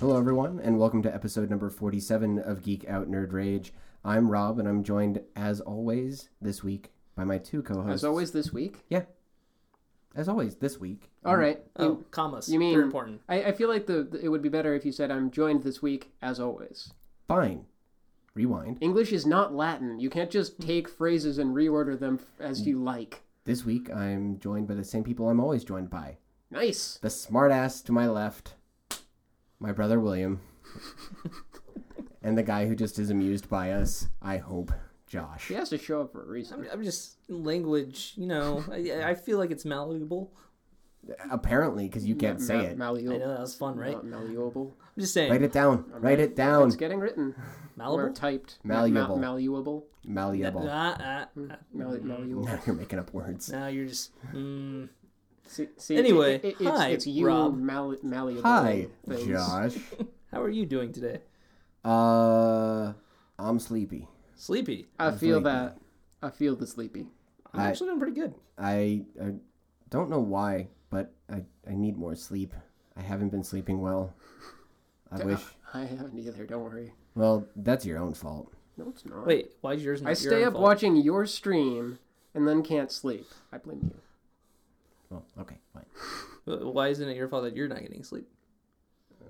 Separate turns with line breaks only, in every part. Hello, everyone, and welcome to episode number 47 of Geek Out Nerd Rage. I'm Rob, and I'm joined, as always, this week by my two co hosts.
As always, this week.
As always, this week.
All right.
Oh, commas.
you mean-
They're important.
I, I feel like the, the- it would be better if you said I'm joined this week as always.
Fine. Rewind.
English is not Latin. You can't just
Mm.
take phrases and reorder them f- as you like.
This week, I'm joined by the same people I'm always joined by
Nice.
the smartass to my left, my brother William, and the guy who just is amused by us, I hope, Josh.
She has to show up for a reason.
I'm, I'm just language. You know, I, I feel like it's malleable.
Apparently, because you can't say
Ma-
it.
I
Malleable.
know that was fun, right?
Not malleable.
I'm just
Write
saying
it down. Write it down.
It's getting written or
malleable.
typed.
Malleable.
malleable.
Malleable.
Ah, ah, ah.
Mal- malleable.
Now you're making up words.
Now you're just. Mm.
See, see,
Anyway,
it's,
hi,
it's you
Rob.
Mal- malleable.
Hi,
things.
Josh.
How are you doing today?
Uh, I'm sleepy.
Sleepy.
I feel
Sleepy.
that. I feel the sleepy.
I'm
I-
actually doing pretty good.
I, I don't know why, but I, I need more sleep. I haven't been sleeping well. I wish.
I haven't either. Don't worry.
Well, that's your own fault.
No, it's not.
Wait, why's yours not
I
your
stay
own
up
fault?
watching your stream and then can't sleep. I blame you.
Well, okay, fine.
Wh- Why isn't it your fault that you're not getting sleep?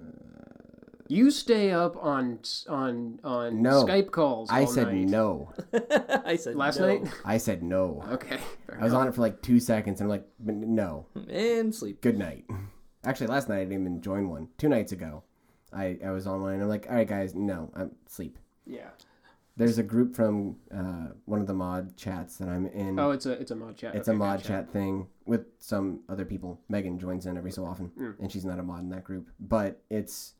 You stay up on on on
No.
Skype calls.
I
all
said
night.
no.
I said
last
no.
night.
I said no.
Okay, fair
I was
enough.
on it for like two seconds, and I'm like, "N- no.
and sleep.
Good night. Actually, last night I didn't even join one. Two nights ago, I, I was online. I'm like, all right, guys, no, I'm sleep.
Yeah.
There's a group from uh, one of the mod chats that I'm in.
Oh, it's a it's a mod chat.
It's
Okay,
a mod
gotcha.
chat thing with some other people. Megan joins in every so often,
Mm.
and she's not a mod in that group. But it's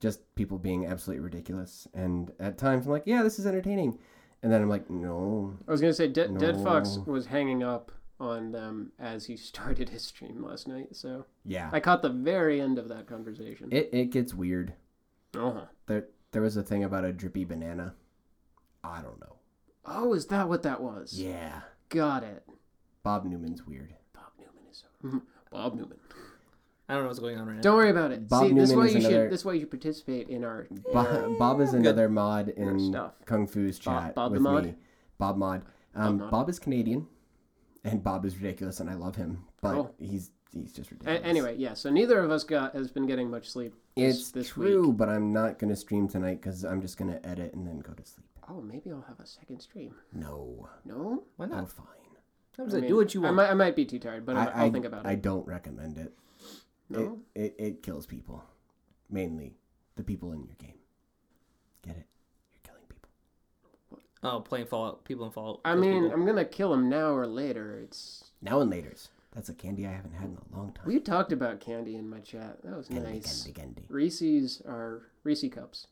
just people being absolutely ridiculous. And at times, I'm like, yeah, this is entertaining. And then I'm like, no.
I was gonna say De- Dead Fox
No.
was hanging up on them as he started his stream last night, so
Yeah.
I caught the very end of that conversation.
It, it gets weird.
uh-huh.
There, there was a thing about a drippy banana. I don't know.
Oh, is that what that was?
Yeah.
Got it.
Bob Newman's weird.
Bob Newman is so. Bob Newman.
I don't know what's going on right now.
Don't worry about it.
Bob
See, this
Newman
why
is
you
another-
should. This why you should participate in our
Bob, Bob is another mod
Your
in
stuff.
Kung Fu's
Bob-
chat
Bob the
with
mod?
me. Bob Mod. Um,
Bob mod.
Bob is Canadian, and Bob is ridiculous, and I love him, but
Cool.
he's he's just ridiculous.
A- anyway, yeah. So neither of us got has been getting much sleep. This,
it's
this
true,
Week.
but I'm not gonna stream tonight because I'm just gonna edit and then go to sleep.
Oh, maybe I'll have a second stream.
No,
No,
Why
oh
not?
fine.
Sometimes
I
I
mean,
do what you
I
want.
might, I might be too tired, but
I,
I, I'll
I-
think about
I
it.
don't recommend it.
No,
It, it. it kills people, mainly the people in your game. Get it? You're killing people.
Oh, playing Fallout. People in Fallout.
I
those
mean,
people.
I'm gonna kill him now or later. It's
Now and later's. That's a candy I haven't had in a long time.
we talked about candy in my chat. That was
Candy,
nice.
candy, candy.
Reese's are Reese cups.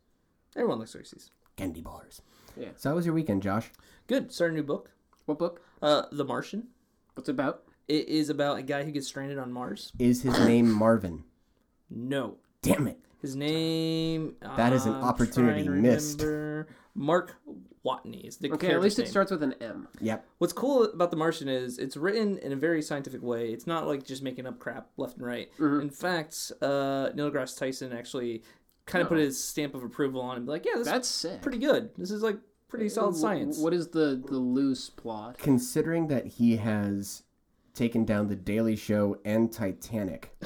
everyone likes Reese's.
candy bars.
Yeah.
So how was your weekend, Josh?
Good. Start a new book.
What book?
Uh, The Martian.
What's it about?
It is about a guy who gets stranded on Mars.
Is his name Marvin?
No.
Damn it.
His name.
That is an
I'm
opportunity
trying to
missed.
remember. Mark Watney is the
Okay, at
character's
least it
name.
starts with an M.
Yep.
What's cool about The Martian is it's written in a very scientific way. It's not like just making up crap left and right.
Mm-hmm.
In fact, uh, Neil deGrasse Tyson actually kind of put his stamp of approval on it and be like, yeah, this
That's sick.
is pretty good. This is like pretty solid
W-
science.
What is the the loose plot?
Considering that he has taken down The Daily Show and Titanic.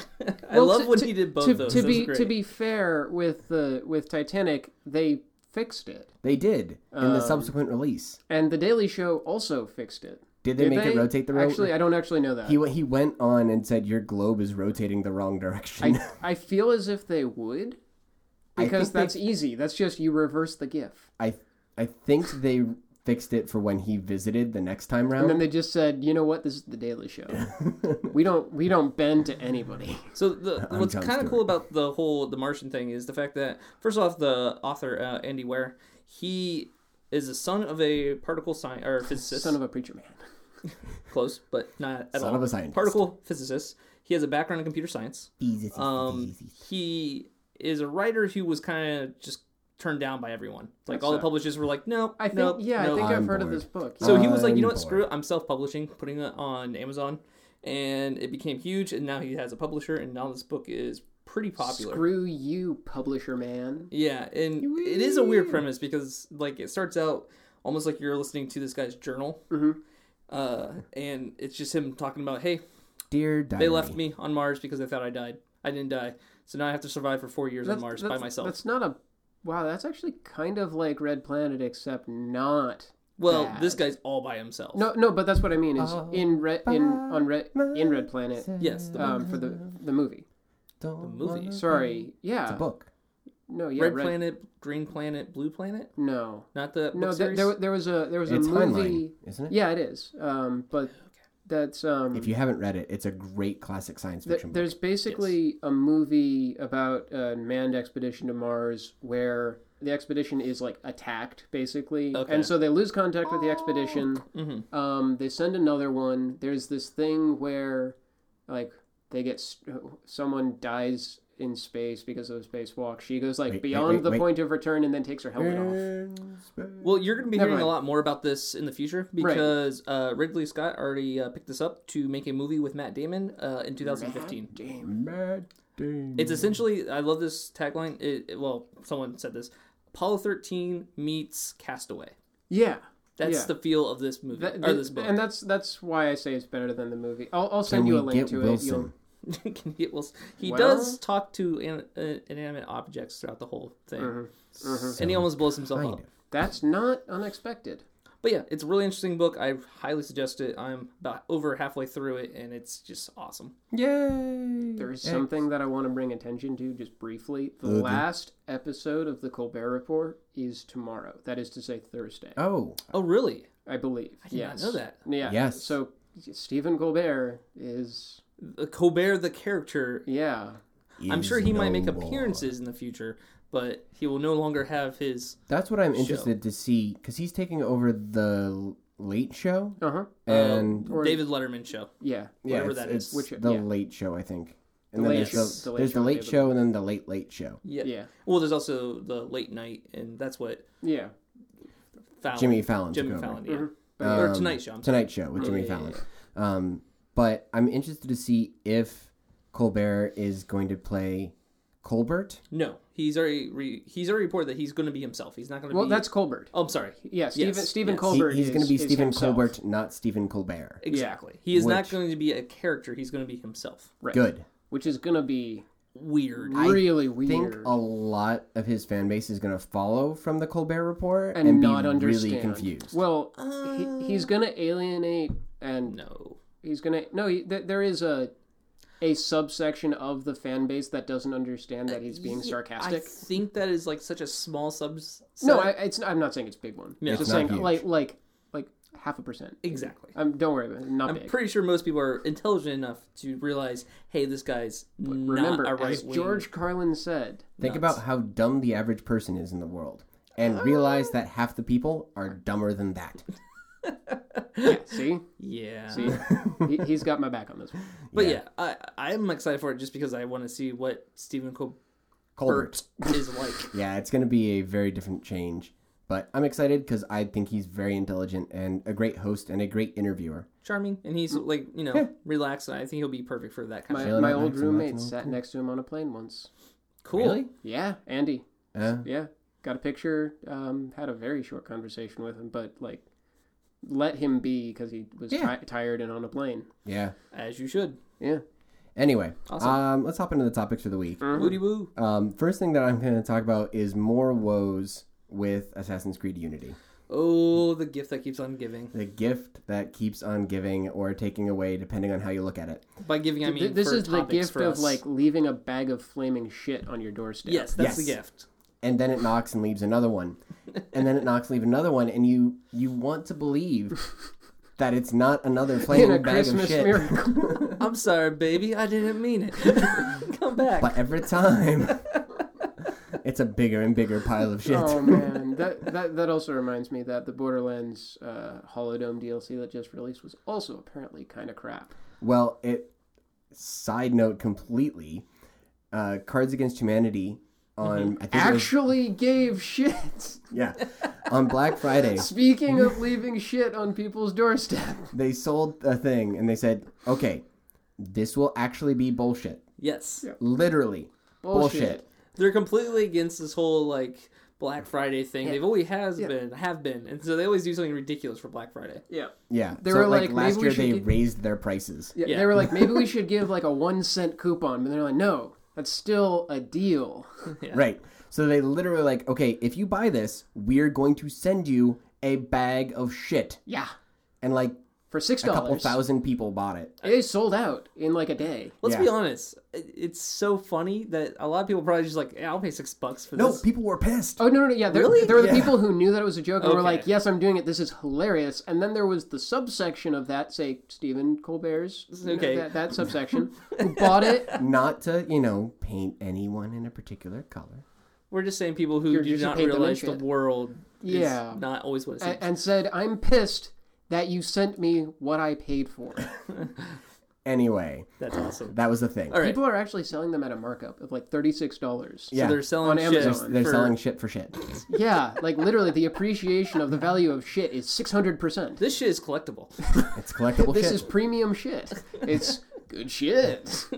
I love
to-
when
to-
he did both
to,
of those.
to
That was
be
great.
to be fair with the with Titanic, they fixed it,
They did in
Um,
the subsequent release.
and the Daily Show also fixed it.
Did they
Did
make it rotate the wrong
Actually, uh, I don't actually know that.
he, he went on and said, Your globe is rotating the wrong direction.
I, I feel as if they would,
I
because
think they-
that's easy. That's just you reverse the GIF,
I, I, think they fixed it for when he visited the next time
and then
round.
they just said, you know what, this is the Daily Show. we don't we don't bend to anybody.
So the,
I'm
what's
John
kind of
Stewart.
cool about the whole the Martian thing is the fact that first off, the author uh, Andy Ware, he is a son of a particle science or physicist,
Son of a preacher man.
close but not at
Son
all.
of a scientist.
Particle physicist. He has a background in computer science. Um, he is a writer who was kind of just turned down by everyone. Like all the
sucks.
publishers were like, no,
I think
nope,
yeah, I
nope."
think
I'm
I've heard of
bored.
this book.
So he was like, you know
I'm
what, screw it. I'm self-publishing, putting it on Amazon, and it became huge. And now he has a publisher, and now this book is pretty popular.
Screw you, publisher man.
Yeah, and it is a weird premise because like it starts out almost like you're listening to this guy's journal,
Mhm.
uh, and it's just him talking about, "Hey,
Dear diary.
they left me on Mars because they thought I died. I didn't die, so now I have to survive for four years on Mars by myself."
That's not a. Wow, that's actually kind of like Red Planet, except not.
Well,
bad.
this guy's all by himself.
No, no, but that's what I mean. Is
Oh,
in red in on red in Red Planet
Yes, the
um, for the the movie.
the
movie.
Sorry, uh,
It's a
yeah,
book.
no, yeah,
Red, Planet, Green Planet, Blue Planet.
No,
Not the
no,
book
there,
series?
there, there was a there was
It's
a movie.
Heinlein, isn't it?
Yeah, it is. Um, but that's um.
If you haven't read it, it's a great classic science
Th-
fiction book.
there's basically a movie about a manned expedition to Mars where the expedition is like attacked basically,
Okay.
and so they lose contact with the expedition.
Mhm.
Um, they send another one. There's this thing where, like, they get s- someone dies in space because of a spacewalk. She goes like
Wait, wait,
beyond
wait,
the
wait.
point of return and then takes her helmet off.
Well, you're going to be
Never
hearing a
mind.
lot more about this in the future because uh, Ridley Scott already uh, picked this up to make a movie with Matt Damon uh, in 2015.
Damn.
Mad Damon.
It's essentially, I love this tagline. It, it- well, someone said this Apollo 13 meets Castaway.
Yeah.
That's
Yeah.
the feel of this movie
That-
or
th-
this book.
and that's that's why I say it's better than the movie. I'll, I'll
Can
send you
we
a link
get
to it.
Wilson?
You'll-
Can he well, he
Well-
does talk to an, uh, inanimate objects throughout the whole thing,
Mm-hmm.
and he almost blows himself
Kind
up.
of.
That's not unexpected.
But yeah, it's a really interesting book. I highly suggest it. I'm about over halfway through it, and it's just awesome.
Yay!
There is something that I want to bring attention to just briefly. The
Okay.
last episode of the Colbert Report is tomorrow. That is to say Thursday,
Oh,
Oh, really?
I believe.
I did
yes.
not know that.
Yeah.
Yes.
So Stephen Colbert is
Uh, Colbert, the character,
yeah.
I'm
is
sure he might
no
make
more.
appearances in the future, but he will no longer have his.
That's what I'm interested to see because he's taking over the Late Show
Uh
Uh-huh.
huh.
and
Or-
David Letterman show.
Yeah.
yeah,
whatever
it's,
that is.
it's
Which-
the
yeah.
Late Show, I think.
The
And
Late
then
Show-
there's
the
the,
Late
there's the
Show on
Late
David-
Show and then the Late Late Show.
Yeah.
Yeah.
Well, there's also the late night, and that's what
Yeah.
Fallon,
Jimmy Fallon.
Jimmy
took over.
Fallon, yeah.
Mhm.
or
Um,
Tonight Show. I'm sorry.
Tonight Show
Oh,
with Jimmy
yeah, yeah,
Fallon. Um, but I'm interested to see if Colbert is going to play Colbert.
No, he's already re- he's already reported that he's going to be himself. He's not going to
Well,
be.
that's Colbert.
Oh, I'm sorry.
Yeah. Stephen
Yes,
Stephen
yes. He-
He-
Colbert.
he's
is-
going to be
is
Stephen
himself.
Colbert, not Stephen Colbert.
Exactly. He is not
Which-
going to be a character. He's going to be himself.
Right.
Good.
Which is going to be
Weird.
really
I think
weird.
a lot of his fan base is going to follow from the Colbert Report and, be
not understand.
really confused.
Well, he, he's gonna alienate and
Uh. No.
he's gonna no. He, th- there is a a subsection of the fan base that doesn't understand that he's being
Uh, I
sarcastic.
think that is like such a small subs.
no, I, it's I'm not saying it's a big one.
No.
I'm
It's
just
not
saying
huge.
like like like half a percent.
exactly.
Um, don't worry about it. Not
I'm
big.
pretty sure most people are intelligent enough to realize, hey, this guy's
Remember,
not a right
as George Carlin said,
Think about how dumb the average person is in the world
Uh,
and realize that half the people are dumber than that.
yeah, see,
Yeah.
see, he, he's got my back on this one.
But
Yeah.
yeah, I, I'm excited for it just because I want to see what Stephen Colbert
Colbert.
is like.
Yeah, it's going to be a very different change. But I'm excited because I think he's very intelligent and a great host and a great interviewer.
Charming, and he's like, you know, relaxed, and I think he'll be perfect for that kind
My,
of
Jalen
my
Max
old
and Max
roommate
and all
sat next to him on a plane once.
Cool.
Really?
Yeah, Andy.
Uh,
Yeah, got a picture. Um, had a very short conversation with him, but like, let him be because he was
Yeah.
ti- tired and on a plane.
yeah.
As you should.
Yeah,
Anyway,
Awesome.
um, let's hop into the topics for the week.
Uh-huh.
Woody woo.
Um, first thing that I'm going to talk about is more woes with Assassin's Creed Unity.
Oh, the gift that keeps on giving.
The gift that keeps on giving or taking away, depending on how you look at it.
By giving, I mean
Th- this
for
is the
topics
gift
for
of
us.
like leaving a bag of flaming shit on your doorstep.
Yes, that's the
Yes.
gift.
And then it knocks and leaves another one. And then it knocks, leave another one, and you you want to believe that it's not another
in a
flaming bag of
Christmas
shit.
miracle.
I'm sorry, baby. I didn't mean it. Come back.
But every time, it's a bigger and bigger pile of shit.
oh man, that, that that also reminds me that the Borderlands uh, Holodome DLC that just released was also apparently kind of crap.
Well, it. Side note completely. Uh, Cards Against Humanity
Mm-hmm.
on I think it was-
Actually, gave shit.
yeah on Black Friday
Speaking of leaving shit on people's doorstep,
they sold a thing and they said, okay, this will actually be bullshit.
Yes.
Yeah.
Literally, Bullshit.
They're completely against this whole like Black Friday thing. They've always has
Yeah.
been, have been, and so they always do something ridiculous for Black Friday.
Yeah.
Yeah.
They
so
were
like,
like,
last
maybe we
year
should
they
get-
raised their prices.
Yeah,
Yeah.
they were like, maybe we should give like a one cent coupon, but they're like, no, that's still a deal.
Yeah.
Right. So they literally like, okay, if you buy this, we're going to send you a bag of shit.
Yeah,
And like
for six
a couple
dollars,
thousand people bought it.
it sold out in like a day.
Let's
Yeah.
be honest. It- It's so funny that a lot of people probably just like, yeah, I'll pay six bucks for
No,
this.
people were pissed.
Oh no, no, no yeah, there,
Really?
there were the
Yeah.
people who knew that it was a joke and were
Okay.
like, "Yes, I'm doing it. This is hilarious." And then there was the subsection of that, say Stephen Colbert's, you know,
Okay.
that, that subsection, who bought it.
Not to, you know, paint anyone in a particular color.
We're just saying people who
You're
do
just
not
paid them in
realize the
shit.
world
Yeah.
is not always what it seems.
and, and said, "I'm pissed that you sent me what I paid for."
Anyway,
That's awesome.
that was the thing.
All right.
People are actually selling them at a markup of like thirty six dollars.
Yeah.
So they're selling
On
shit
Amazon.
They're
for-
selling shit for shit.
Yeah, like literally, the appreciation of the value of shit is six hundred percent.
This shit is collectible.
It's collectible
This
shit.
is premium shit. It's good shit.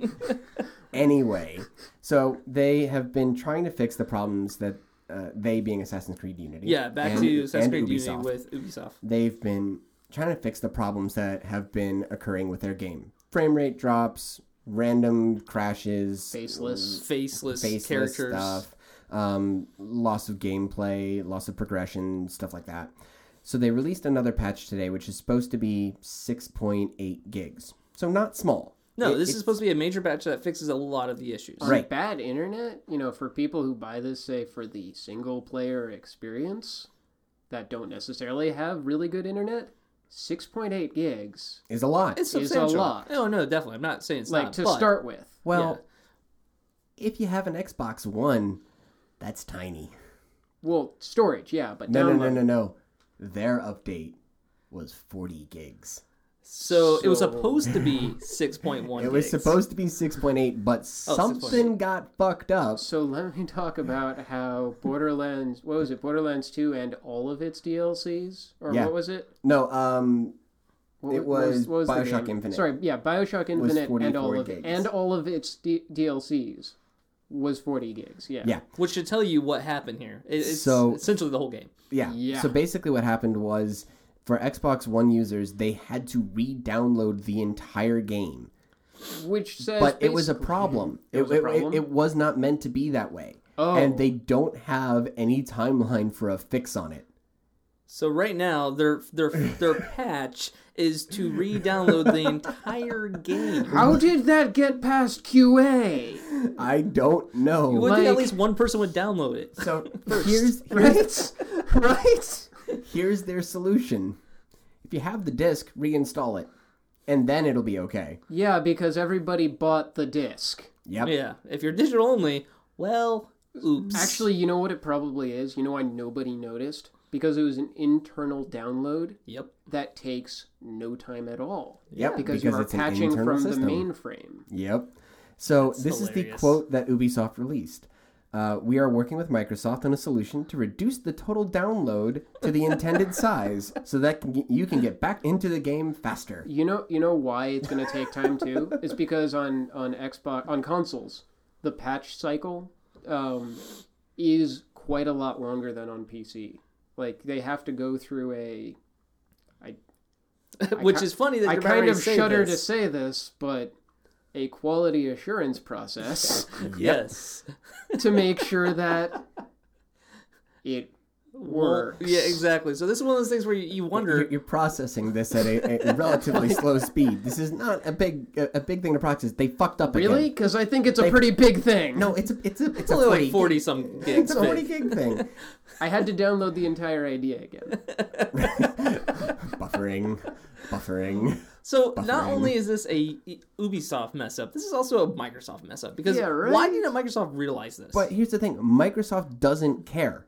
Anyway, so they have been trying to fix the problems that uh, they, being Assassin's Creed Unity,
Yeah, back
and-
to Assassin's
and
Creed Unity
Ubisoft,
with Ubisoft.
they've been trying to fix the problems that have been occurring with their game. Frame rate drops, random crashes,
Faceless.
Faceless,
faceless
characters.
stuff, um, loss of gameplay, loss of progression, stuff like that. So they released another patch today, which is supposed to be 6.8 gigs. So not small.
No,
It-
this
it-
is supposed to be a major patch that fixes a lot of the issues.
on
Right.
bad internet, you know, for people who buy this, say, for the single player experience that don't necessarily have really good internet, 6.8 gigs,
is a lot.
It's
It's a
substantial.
lot.
Oh, No, no, definitely. I'm not saying it's
like
not,
to
but-
start with.
Well, if you have an Xbox One, that's tiny.
Well, storage, yeah, but
No, no,
download.
no, no, no. Their update was 40 gigs.
So, it was
So-
supposed to be 6.1.
It was
gigs. Oh,
supposed to be 6.8, but something got fucked up.
So let me talk about how Borderlands, what was it, Borderlands 2 and all of its DLCs? Or
Yeah.
what was it?
No, um,
What
It
what
was
what the
Bioshock
game?
Infinite.
Sorry, yeah, Bioshock Infinite and
44
all of
gigs.
and all of its D- DLCs was 40 gigs. Yeah.
Yeah.
Which should tell you what happened here. It, it's
So-
essentially the whole game.
yeah.
Yeah.
So basically, what happened was for Xbox One users, they had to re download the entire game.
Which says
but it was a
basically-
problem.
It was a problem?
It, it was not meant to be that way.
Oh.
And they don't have any timeline for a fix on it.
So right now their their their patch is to re-download the entire game.
How did that get past QA?
I don't know.
You would think at
Like-
least one person would download it.
So here's
Right? right?
here's their solution. If you have the disc, reinstall it, and then it'll be okay.
Yeah, because everybody bought the disc.
Yep.
Yeah, if you're digital only, well, oops.
Actually, you know what it probably is? You know why nobody noticed? Because it was an internal download
yep.
that takes no time at all.
Yep.
Because, you are
it's an
patching
internal
from
system.
the mainframe.
Yep. So this is the
hilarious.
quote that Ubisoft released. Uh, we are working with Microsoft on a solution to reduce the total download to the intended size, so that can, you can get back into the game faster.
You know, you know why it's going to take time too. it's because on on Xbox on consoles, the patch cycle um, is quite a lot longer than on PC. Like they have to go through a.
Which
ki-
is funny that
I
you're about
kind
ready
of
to say
shudder to
this.
say this, but a quality assurance process
Yes.
to make sure that it works.
Yeah, exactly. So this is one of those things where you, you
You're,
wonder.
you're processing this at a, a relatively slow speed. This is not a big a, a big thing to process. They fucked up again.
Really? Because I think it's a pretty big thing.
No, it's a it's a it's
It's only
a 40
like forty some gigs.
It's a forty
big.
gig thing.
I had to download the entire idea again.
buffering, buffering.
So not
Buffering.
only is this a Ubisoft mess up, this is also a Microsoft mess up because
Yeah, right?
why didn't Microsoft realize this?
But here's the thing: Microsoft doesn't care.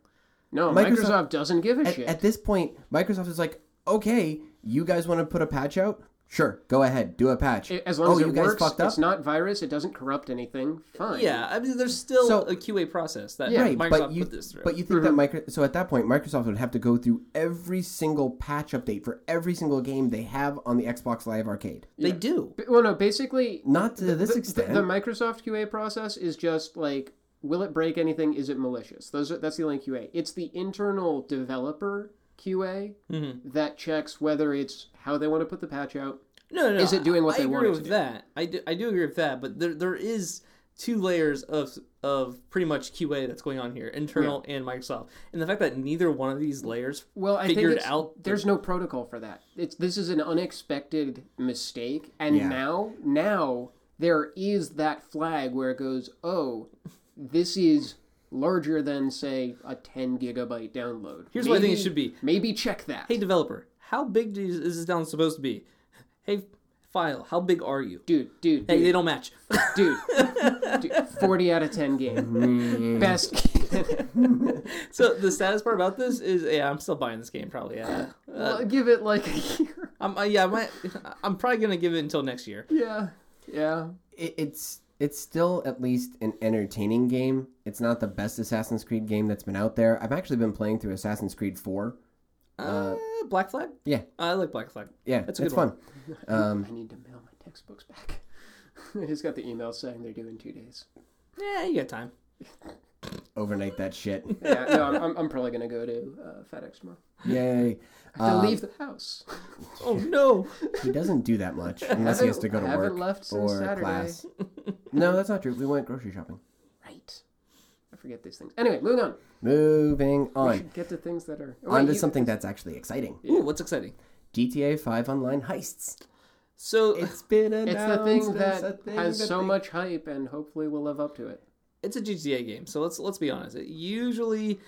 No,
Microsoft-
Microsoft, doesn't give a
At,
shit.
at this point, Microsoft is like, okay, you guys want to put a patch out? Sure, go ahead, do a patch.
I- As long
oh,
as
you
it
guys
works,
fucked up.
it's not virus. It doesn't corrupt anything. Fine.
Yeah, I mean, there's still
So-
a QA process that
Yeah,
right,
Microsoft
but you
put this through.
but you
Mm-hmm.
think that micro so at that point Microsoft would have to go through every single patch update for every single game they have on the Xbox Live Arcade.
they do.
B- Well, no. Basically,
Not to this
the-
extent.
The, the Microsoft QA process is just like, will it break anything? Is it malicious? Those are, that's the only QA. It's the internal developer QA
Mm-hmm.
that checks whether it's how they want to put the patch out.
No, no, no.
Is it doing what
I
they
agree
want it
with
to do?
that? I do, I do agree with that, but there there is two layers of of pretty much QA that's going on here, internal and Microsoft, and the fact that neither one of these layers
Well, I
figured
think it's,
out the-
there's no protocol for that. It's this is an unexpected mistake, and
Yeah.
now now there is that flag where it goes, oh, this is larger than say a 10 gigabyte download.
Here's what I think it should be.
Maybe check that.
Hey, developer, how big do you- is this down supposed to be? Hey, file, how big are you?
dude, dude,
Hey,
dude.
they don't match.
dude, dude, 40 out of 10
Mm.
game. Best.
so the saddest part about this is, yeah, I'm still buying this game probably. Yeah,
Well, give it like a year.
I'm, uh, yeah, I might, I'm probably gonna give it until next year.
Yeah. Yeah.
it, it's it's still at least an entertaining game. It's not the best Assassin's Creed game that's been out there. I've actually been playing through Assassin's Creed Four.
Uh, Black Flag.
Yeah.
I like Black Flag.
Yeah,
That's
that's
a
it's
good one.
fun. Um,
I need to mail my textbooks back. I just got the email saying they're due in two days.
Yeah, you got time.
Overnight that shit.
Yeah, no, I'm, I'm, I'm probably going to go to uh, FedEx tomorrow.
Yay.
I have
Um,
to leave the house.
Oh no.
He doesn't do that much unless he has to go to
I haven't
work
left since
or
Saturday.
class. No, that's not true. We went grocery shopping.
Right. I forget these things. Anyway, moving on.
Moving
We
on.
should get to things that are.
On to
you-
something that's actually exciting.
Ooh, what's exciting?
GTA 5 online heists.
So
It's been announced.
It's the thing
as a
that
thing
has
that
so
they-
much hype, and hopefully we'll live up to it.
it's a GTA game. So let's let's be honest. It usually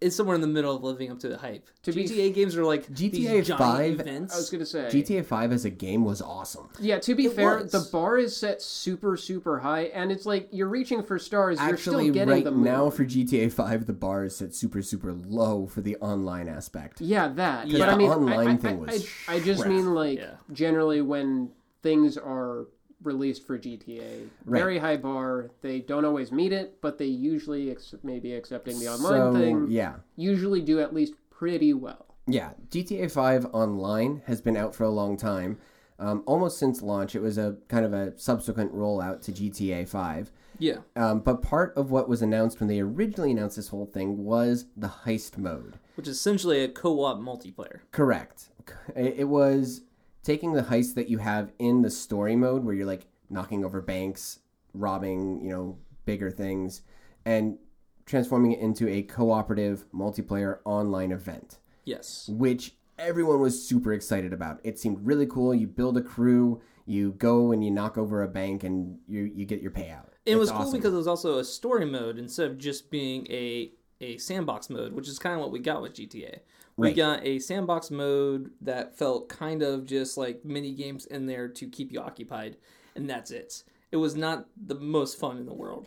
is somewhere in the middle of living up to the hype.
To be-
GTA games are like
GTA
these giant
5
events.
I was going to say.
GTA 5 as a game was awesome.
Yeah, to be
It
fair,
was.
the bar is set super, super high, and it's like you're reaching for stars.
Actually,
you're still getting
right
the moon.
now for GTA 5, the bar is set super, super low for the online aspect.
yeah, that.
Yeah.
But I
The
mean,
online
I, I,
thing
I,
was
I, I just
crap.
mean like
Yeah.
generally when things are released for GTA,
Right.
very high bar. They don't always meet it, but they usually ex- maybe accepting the
So,
online thing.
yeah.
Usually do at least pretty well.
Yeah, GTA 5 Online has been out for a long time. Um, almost since launch, it was a kind of a subsequent rollout to GTA 5.
yeah.
Um, but part of what was announced when they originally announced this whole thing was the heist mode.
Which is essentially a co-op multiplayer.
Correct. It it was taking the heist that you have in the story mode where you're like knocking over banks, robbing, you know, bigger things, and transforming it into a cooperative multiplayer online event
Yes.
which everyone was super excited about. It seemed really cool. You build a crew, you go and you knock over a bank, and you you get your payout.
It
It's
was cool
awesome.
because it was also a story mode instead of just being a a sandbox mode, which is kind of what we got with GTA. We
Right.
got a sandbox mode that felt kind of just like mini games in there to keep you occupied, and that's it. It was not the most fun in the world.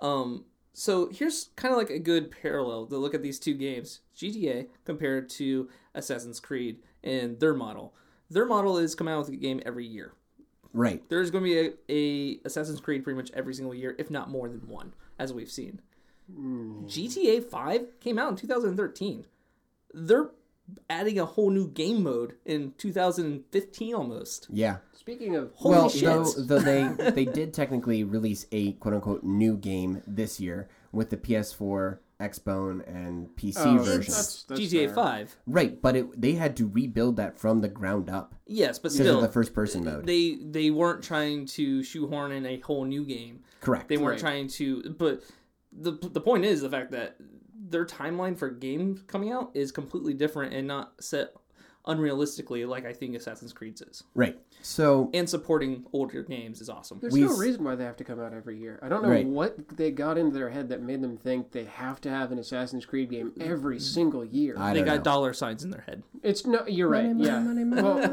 Um, so here's kind of like a good parallel to look at these two games GTA compared to Assassin's Creed and their model. Their model is come out with a game every year
right.
there's going to be a, a Assassin's Creed pretty much every single year, if not more than one, as we've seen.
Hmm.
GTA 5 came out in 2013. They're adding a whole new game mode in 2015 almost.
Yeah.
Speaking of
Holy
well,
shit.
though, though they they did technically release a quote unquote new game this year with the PS4, Xbone, and PC
Oh,
version.
that's- that's
GTA
fair.
5.
Right, but it, they had to rebuild that from the ground up
Yes, but
because
still
of the first person mode.
they they weren't trying to shoehorn in a whole new game.
Correct.
They
Right.
weren't trying to but the the point is the fact that their timeline for games coming out is completely different and not set unrealistically like I think Assassin's Creed's is.
right. So
and supporting older games is awesome.
There's
We
no
s-
reason why they have to come out every year. I don't know
Right.
what they got into their head that made them think they have to have an Assassin's Creed game every single year.
I
They
don't
got
know.
dollar signs in their head.
It's no, you're right. yeah. Well,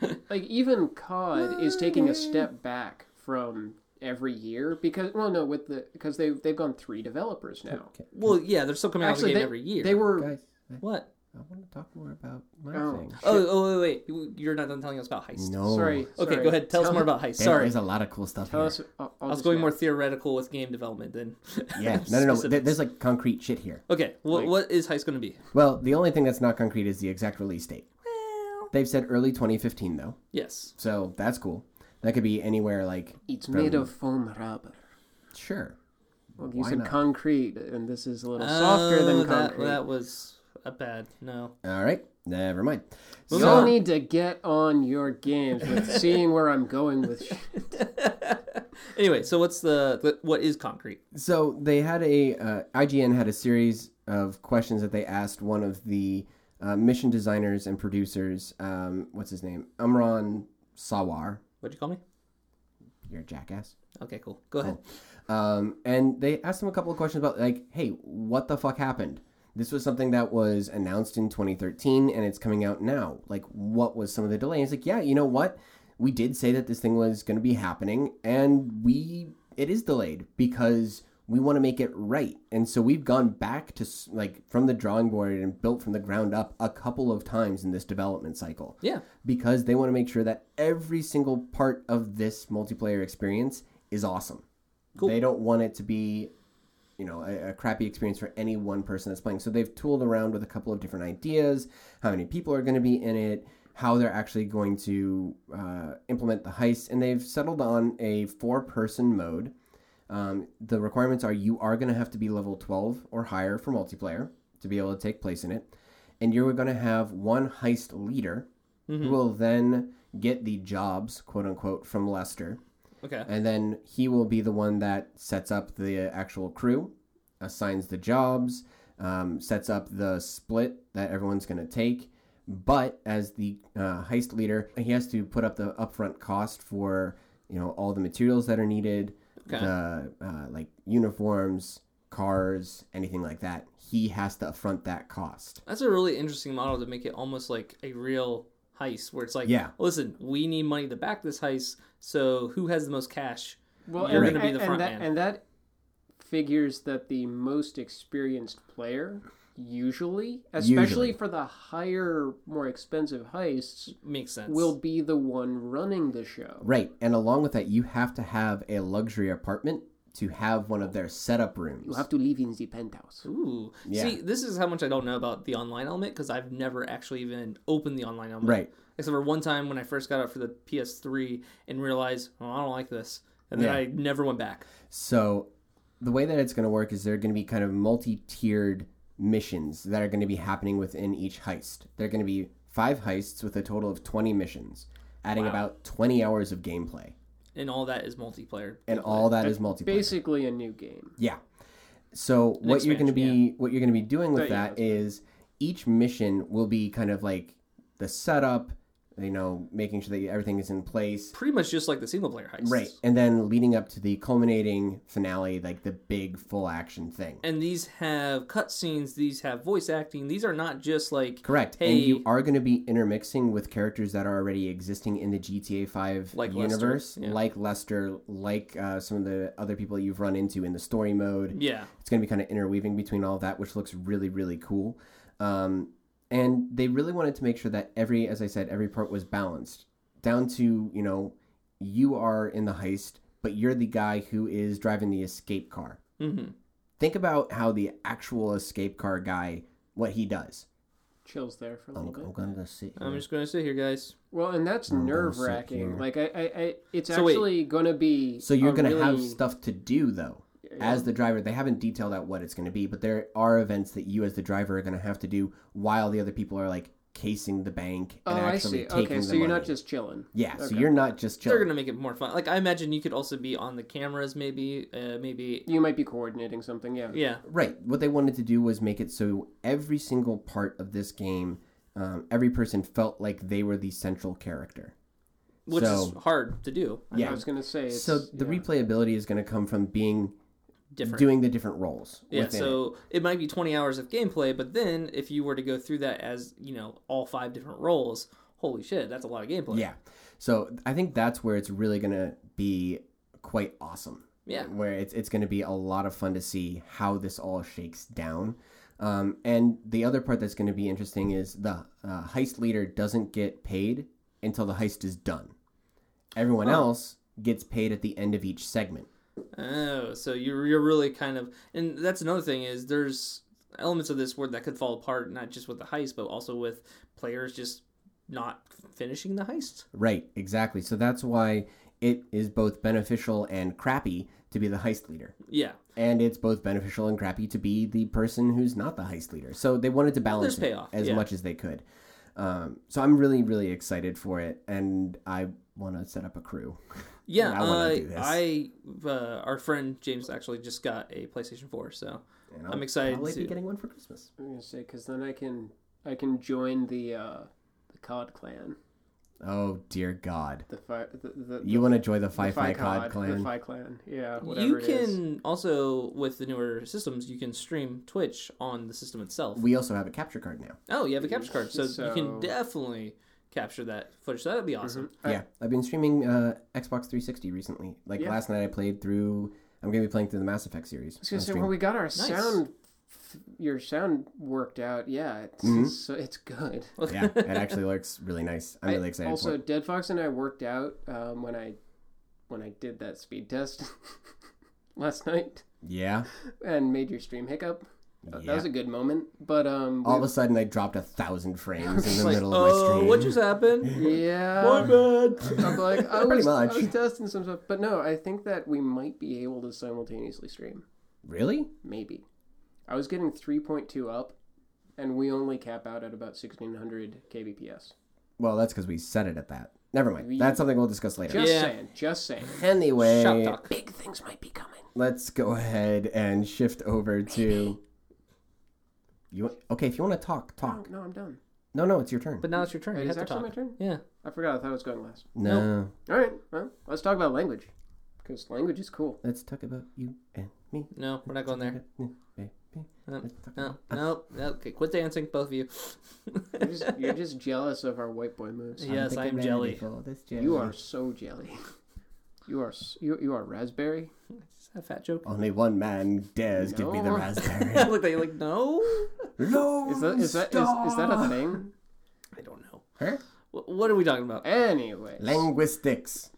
like, like even COD is taking a step back from every year because well, no, with the because they they've gone three developers now.
Well, yeah, they're still coming out with a
Actually,
game
they,
every year.
they were
Guys,
what?
I want to talk more about my
Oh.
thing.
Oh, oh wait, wait, you're not done telling us about heist.
No. uh,
Sorry.
Oh. Okay,
sorry.
go ahead. Tell us more about heist.
There-
Sorry, Oh,
There's a lot of cool stuff
Tell
here.
us. I'll, I'll
I was
just
going more
ask.
theoretical with game development than.
yeah. No, no, no. There-
specifics.
There's like concrete shit here.
Okay, wh-
Like-
what is heist going to be?
Well, the only thing that's not concrete is the exact release date.
Well,
They've said early 2015 though,
yes.
so that's cool. That could be anywhere. Like,
It's made of foam rubber.
sure.
Well, you
Why
said
not?
concrete, and this is a little softer than
Oh, that,
concrete.
that was a bad no.
All right. Never mind.
Move
Y'all
on.
need to get on your games with seeing where I'm going with shit.
Anyway, so what's the the- what is concrete?
So they had a uh, IGN had a series of questions that they asked one of the uh, mission designers and producers. Um, what's his name? Umran Sawar.
What'd you call me?
You're a jackass.
Okay, cool. Go ahead.
Um, and they asked him a couple of questions about like, hey, what the fuck happened? This was something that was announced in 2013 and it's coming out now. Like, what was some of the delay? And it's like, yeah, you know what? We did say that this thing was going to be happening and we it is delayed because we want to make it right. And so we've gone back to s- like from the drawing board and built from the ground up a couple of times in this development cycle
Yeah.
because they want to make sure that every single part of this multiplayer experience is awesome.
Cool.
They don't want it to be, you know, a, a crappy experience for any one person that's playing. So they've tooled around with a couple of different ideas: how many people are going to be in it, how they're actually going to uh, implement the heist, and they've settled on a four-person mode. Um, the requirements are you are going to have to be level 12 or higher for multiplayer to be able to take place in it. And you're going to have one heist leader who will then get the jobs, quote unquote, from Lester.
Okay.
And then he will be the one that sets up the actual crew, assigns the jobs, um, sets up the split that everyone's going to take. But as the uh, heist leader, he has to put up the upfront cost for you know all the materials that are needed,
Okay.
the uh, like uniforms, cars, anything like that. He has to upfront that cost.
That's a really interesting model to make it almost like a real heist where it's like,
Yeah.
listen, we need money to back this heist, so who has the most cash?
Well,
You're
and,
gonna be the
and-
front
and that,
man.
and that figures that the most experienced player, usually, especially
Usually.
for the higher, more expensive heists,
Makes sense.
will be the one running the show.
Right, and along with that, you have to have a luxury apartment to have one of their setup rooms.
You have to live in the penthouse.
Ooh.
Yeah.
See, this is how much I don't know about the online element because I've never actually even opened the online element.
right,
Except for one time when I first got it for the PS3 and realized, oh, I don't like this. And then
Yeah.
I never went back.
So the way that it's going to work is they're going to be kind of multi-tiered missions that are going to be happening within each heist. They're going to be five heists with a total of 20 missions, adding about 20 hours of gameplay.
And all that is multiplayer.
And all that is multiplayer.
Basically, a new game.
Yeah. So what you're going to be
expansion,
what you're going to be doing with
But, yeah,
that is each mission will be kind of like the setup, you know, making sure that everything is in place.
Pretty much just like the single player heist.
Right. And then leading up to the culminating finale, like the big full action thing.
And these have cutscenes, these have voice acting. These are not just like
Correct.
Hey,
And you are going to be intermixing with characters that are already existing in the GTA 5
Like Lester,
universe,
yeah.
like Lester, like uh, some of the other people that you've run into in the story mode.
yeah.
It's going to be kind of interweaving between all that, which looks really, really cool. Um, and they really wanted to make sure that every, as I said, every part was balanced down to, you know, you are in the heist, but you're the guy who is driving the escape car
Mm-hmm.
think about how the actual escape car guy what he does.
Chills there for a
I'm,
little
I'm
bit.
gonna go sit.
I'm
here.
just gonna sit here, guys.
Well, and that's
I'm gonna
nerve
sit
wracking.
here.
Like, I, I, I it's
So wait.
actually going to be.
So you're
a
gonna
really-
have stuff to do though.
Yeah.
As the driver, they haven't detailed out what it's gonna be, but there are events that you as the driver are gonna have to do while the other people are like casing the bank
Oh,
and
I
actually
see.
taking
Okay,
the
so you're
money.
not just chilling.
yeah. So
okay.
you're not just
They're
chilling.
gonna make it more fun. Like I imagine you could also be on the cameras, maybe, uh, maybe.
You might be coordinating something, yeah.
Yeah,
Right. What they wanted to do was make it so every single part of this game, um, every person felt like they were the central character.
which
So-
is hard to do. I
Yeah.
I
know,
was going to say. It's,
so the
yeah.
replayability is going to come from being
different.
doing the different roles.
yeah,
within it.
so it. might be 20 hours of gameplay, but then if you were to go through that as you know all five different roles, holy shit, that's a lot of gameplay.
Yeah. So I think that's where it's really going to be quite awesome.
yeah.
Where it's, it's going to be a lot of fun to see how this all shakes down. Um, and the other part that's going to be interesting is the uh, heist leader doesn't get paid until the heist is done. Everyone else gets paid at the end of each segment.
Oh, so you're you're really kind of, and that's another thing is there's elements of this word that could fall apart, not just with the heist, but also with players just not finishing the heist.
Right, exactly. So that's why it is both beneficial and crappy to be the heist leader.
Yeah,
And it's both beneficial and crappy to be the person who's not the heist leader. So they wanted to balance
there's
it
payoff,
as
yeah.
much as they could. Um, so I'm really, really excited for it, and I want to set up a crew.
yeah.
I wanna
uh,
do this.
I uh, our friend James actually just got a PlayStation Four, so
And
I'm excited
Probably
to-
be getting one for Christmas.
I'm gonna say because then I can I can join the uh, the COD clan.
Oh dear God!
The fi- the, the,
You want to join the
the
Fi Fi Cod
the
clan?
Phi clan. Yeah, whatever
you
it is.
can also with the newer systems you can stream Twitch on the system itself.
We also have a capture card now.
oh, you have a capture card, so, you
So-
can definitely capture that footage. That'd
Mm-hmm.
be awesome.
Mm-hmm. I-
yeah, I've been streaming uh, Xbox 360 recently. Like
Yeah.
last night, I played through. I'm gonna be playing through the Mass Effect series.
I was gonna
on
say
stream.
when we got our sound, your sound worked out. Yeah, it's
Mhm.
so it's good.
yeah, it actually looks really nice. I'm
I-
really excited.
Also,
for it.
Dead Fox and I worked out um, when I when I did that speed test last night
yeah,
and made your stream hiccup. That- Uh, That
yeah.
was a good moment, but um,
All of a sudden, I dropped a thousand frames in the
like,
middle of my
oh,
stream.
what just happened?
we- yeah,
Um,
I'm like I
Pretty
was, I
much.
was testing some stuff, but no, I think that we might be able to simultaneously stream.
really?
Maybe. I was getting 3.2 up, and we only cap out at about 1600 kbps.
Well, that's because we set it at that. Never mind.
We-
That's something we'll discuss later.
Just
Yeah.
saying. Just saying.
Anyway,
Shop talk.
Big things might be coming.
let's go ahead and shift over to you. want- Okay, if you want to talk,
No,
talk.
no, I'm done.
No, no, it's your turn.
But now it's your turn.
Wait,
you
is
have to
actually
talk.
my turn?
Yeah.
I forgot. I thought I was going last.
no,
All right. Well, let's talk about language. Because language is cool.
let's talk about you and me.
No, we're not going there. No, no, no. no. Okay, quit dancing, both of you.
You're just, you're just jealous of our white boy moves.
yes, I am jelly.
You are so jelly. You are s- you, you are raspberry.
Is that a fat joke?
Only one man dares give me the
No.
raspberry.
I looked at you like, no.
no,
Is that is that is, is that a thing?
I don't know.
Huh?
Wh- What are we talking about?
Anyway,
linguistics?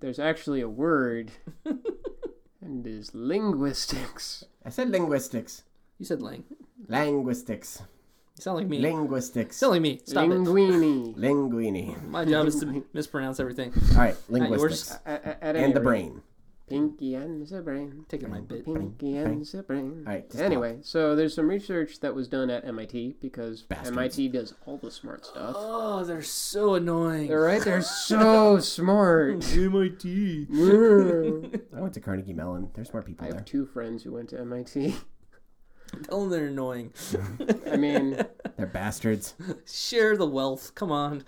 there's actually a word, and it is linguistics.
I said linguistics.
You said Lang.
Linguistics.
You sound like me.
Linguistics.
Sound like me. Stop it.
Linguini.
Linguini.
My job is to mispronounce everything.
All right,
yours.
linguistics
At, at, at any
and the
rate.
brain.
Pinky and the brain.
Taking my bit.
Pinky and the brain.
All right. just
Anyway, so there's some research that was done at MIT because
Bastards.
MIT does all the smart stuff.
Oh, they're so annoying.
They're right, they're so smart. I
MIT.
talk. I went to Carnegie Mellon. There's smart people there.
have two friends who went to MIT.
Tell them they're annoying.
I mean,
They're bastards.
Share the wealth. Come on.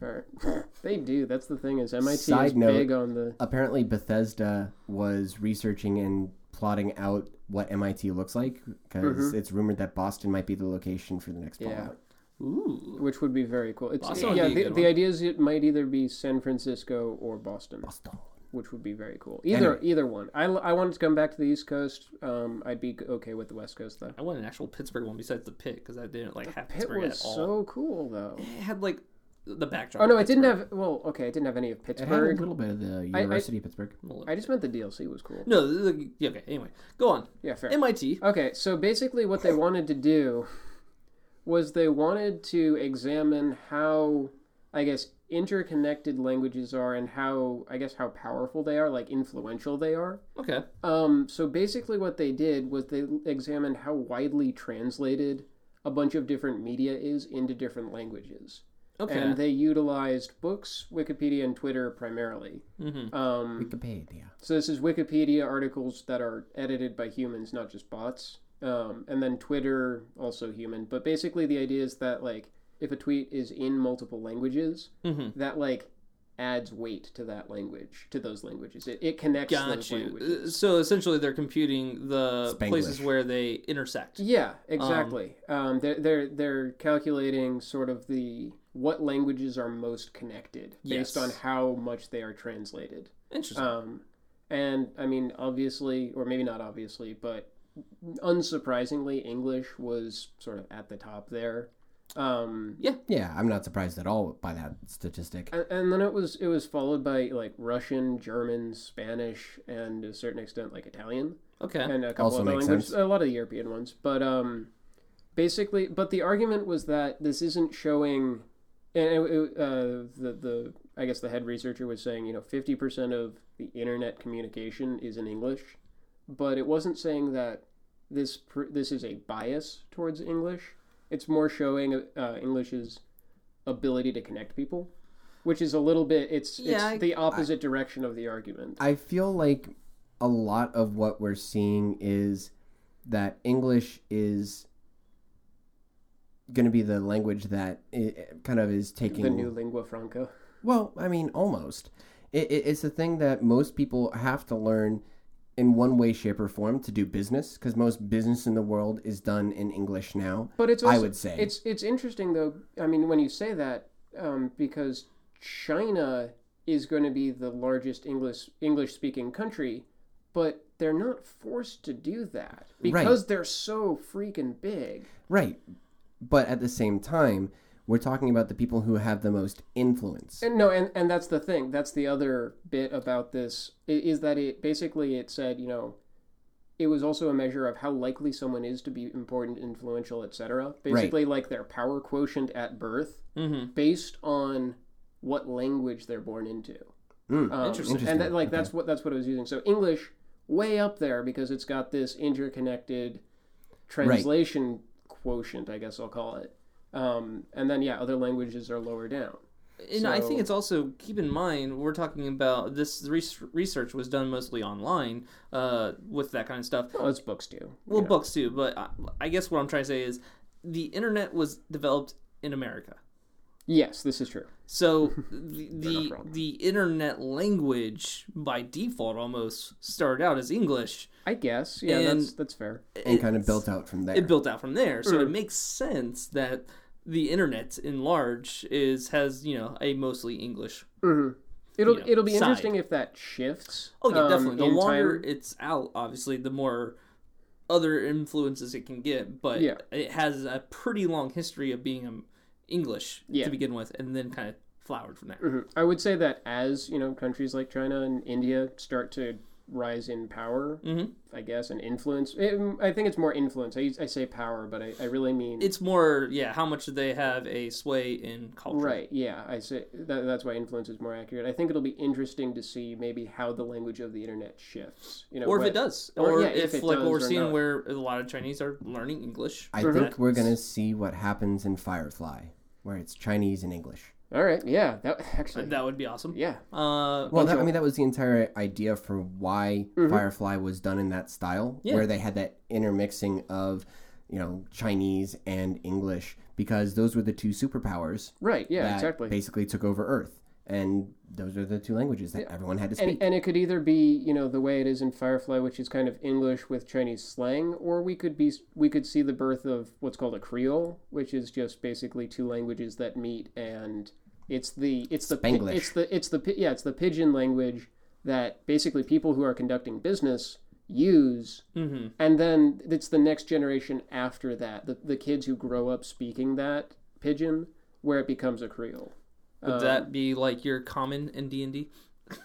or- they do. That's the thing is MIT is
Side note.
big on the
Apparently, Bethesda was researching and plotting out what MIT looks like because it's rumored that Boston might be the location for the next
Mm-hmm. Yeah.
Fallout.
Ooh.
which would be very cool. It's
Boston would
yeah,
be a
the,
good
the
one.
idea is it might either be San Francisco or Boston.
Boston.
which would be very cool. Either either one. I, I wanted to come back to the East Coast. Um, I'd be okay with the West Coast though.
I want an actual Pittsburgh one besides the pit because I didn't like have
Pitt
Pittsburgh
was
at all.
so cool though.
It had like the backdrop.
Oh no,
of
it didn't
Pittsburgh.
have. Well, okay, it didn't have any of
It had a
Pittsburgh.
little bit of the University of Pittsburgh.
A little
I just meant the DLC was cool.
No, the- the- yeah, okay. Anyway, go on.
Yeah, fair.
MIT.
Okay, so basically, what they wanted to do was they wanted to examine how, I guess, interconnected languages are and how, I guess, how powerful they are, like influential they are.
Okay.
Um, so basically, what they did was they examined how widely translated a bunch of different media is into different languages,
Okay.
and they utilized books, Wikipedia, and Twitter primarily.
mm-hmm.
Um,
Wikipedia.
so this is Wikipedia articles that are edited by humans, not just bots, um, and then Twitter also human. But basically, the idea is that like if a tweet is in multiple languages,
Mm-hmm.
that like adds weight to that language to those languages. It, it connects
Got
those
you.
languages.
Uh, So essentially, they're computing the
Spanglish.
places where they intersect.
Yeah, exactly. Um, they're they're they're calculating sort of the what languages are most connected based
Yes.
on how much they are translated. uh,
Interesting.
Um, and I mean, obviously, or maybe not obviously, but unsurprisingly, English was sort of at the top there. Um,
Yeah, I'm not surprised at all by that statistic.
and, and then it was it was followed by like Russian, German, Spanish, and to a certain extent like Italian.
Okay.
and a couple
Also
of other
makes
languages,
sense.
a lot of the European ones. But um, basically, but the argument was that this isn't showing, and it, it, uh, the the I guess the head researcher was saying, you know, fifty percent of the internet communication is in English, but it wasn't saying that this pr- this is a bias towards English. It's more showing uh, English's ability to connect people, which is a little bit it's it's
Yeah, I-
the opposite direction of the argument.
I feel like a lot of what we're seeing is that English is going to be the language that it kind of is taking
the new lingua franca.
Well, I mean, almost. It, it, it's a thing that most people have to learn in one way, shape, or form to do business, because most business in the world is done in English now.
But it's
I
also,
would say.
it's it's interesting though. I mean, when you say that, um, because China is going to be the largest English English speaking country, but they're not forced to do that because they're so freaking big.
Right. But at the same time, we're talking about the people who have the most influence.
And no, and and that's the thing. That's the other bit about this i- is that it basically it said you know. It was also a measure of how likely someone is to be important, influential, etc. Basically, like their power quotient at birth.
Mm-hmm.
based on what language they're born into.
Mm,
Um,
interesting.
And that, like
Okay.
that's what that's what I was using. So English way up there because it's got this interconnected translation quotient, I guess I'll call it. Um, and then yeah, other languages are lower down.
And I think
So-
it's also keep in mind we're talking about this res- research was done mostly online uh, with that kind of stuff.
Well, as books do.
Well,
yeah.
books too, but I, I guess what I'm trying to say is the internet was developed in America.
yes, this is true.
So the the,
wrong.
the internet language by default almost started out as English.
I guess yeah,
And-
that's that's fair.
and kind of built out from there.
It built out from there, so
Mm.
it makes sense that the internet in large is has you know a mostly English.
It'll
you know,
it'll be
side.
interesting if that shifts.
Oh yeah,
um,
definitely. The
in
longer
time.
it's out, obviously, the more other influences it can get. But
Yeah.
it has a pretty long history of being um, English
Yeah.
to begin with, and then kind of flowered from there.
Mhm. I would say that as you know, countries like China and India start to rise in power,
Mhm.
I guess, and influence. It, I think it's more influence. I, use- I say power, but I, I really mean
It's more, yeah. How much do they have a sway in culture?
right. Yeah, I say that, that's why influence is more accurate. I think it'll be interesting to see maybe how the language of the internet shifts. You know,
Or if
what-
it does, or,
or, yeah, if
if,
it
like what
does
we're
or
seeing,
not.
where a lot of Chinese are learning English.
I
Mm-hmm.
think we're going to see what happens in Firefly, where it's Chinese and English.
All right. Yeah. That actually.
That would be awesome.
yeah.
Uh,
Well, that, I mean, that was the entire idea for why
Mm-hmm.
Firefly was done in that style,
Yeah.
where they had that intermixing of, you know, Chinese and English, because those were the two superpowers
Right. Yeah.
that
exactly.
basically took over Earth, and those are the two languages that everyone had to speak.
And, and it could either be you know the way it is in Firefly, which is kind of English with Chinese slang, or we could be we could see the birth of what's called a Creole, which is just basically two languages that meet, and it's the it's the pi-
Spanglish.
it's the it's the pi- yeah it's the pidgin language that basically people who are conducting business use,
hmm
and then it's the next generation after that, the the kids who grow up speaking that pidgin, where it becomes a Creole.
Would
Uh,
that be like your common in D and D,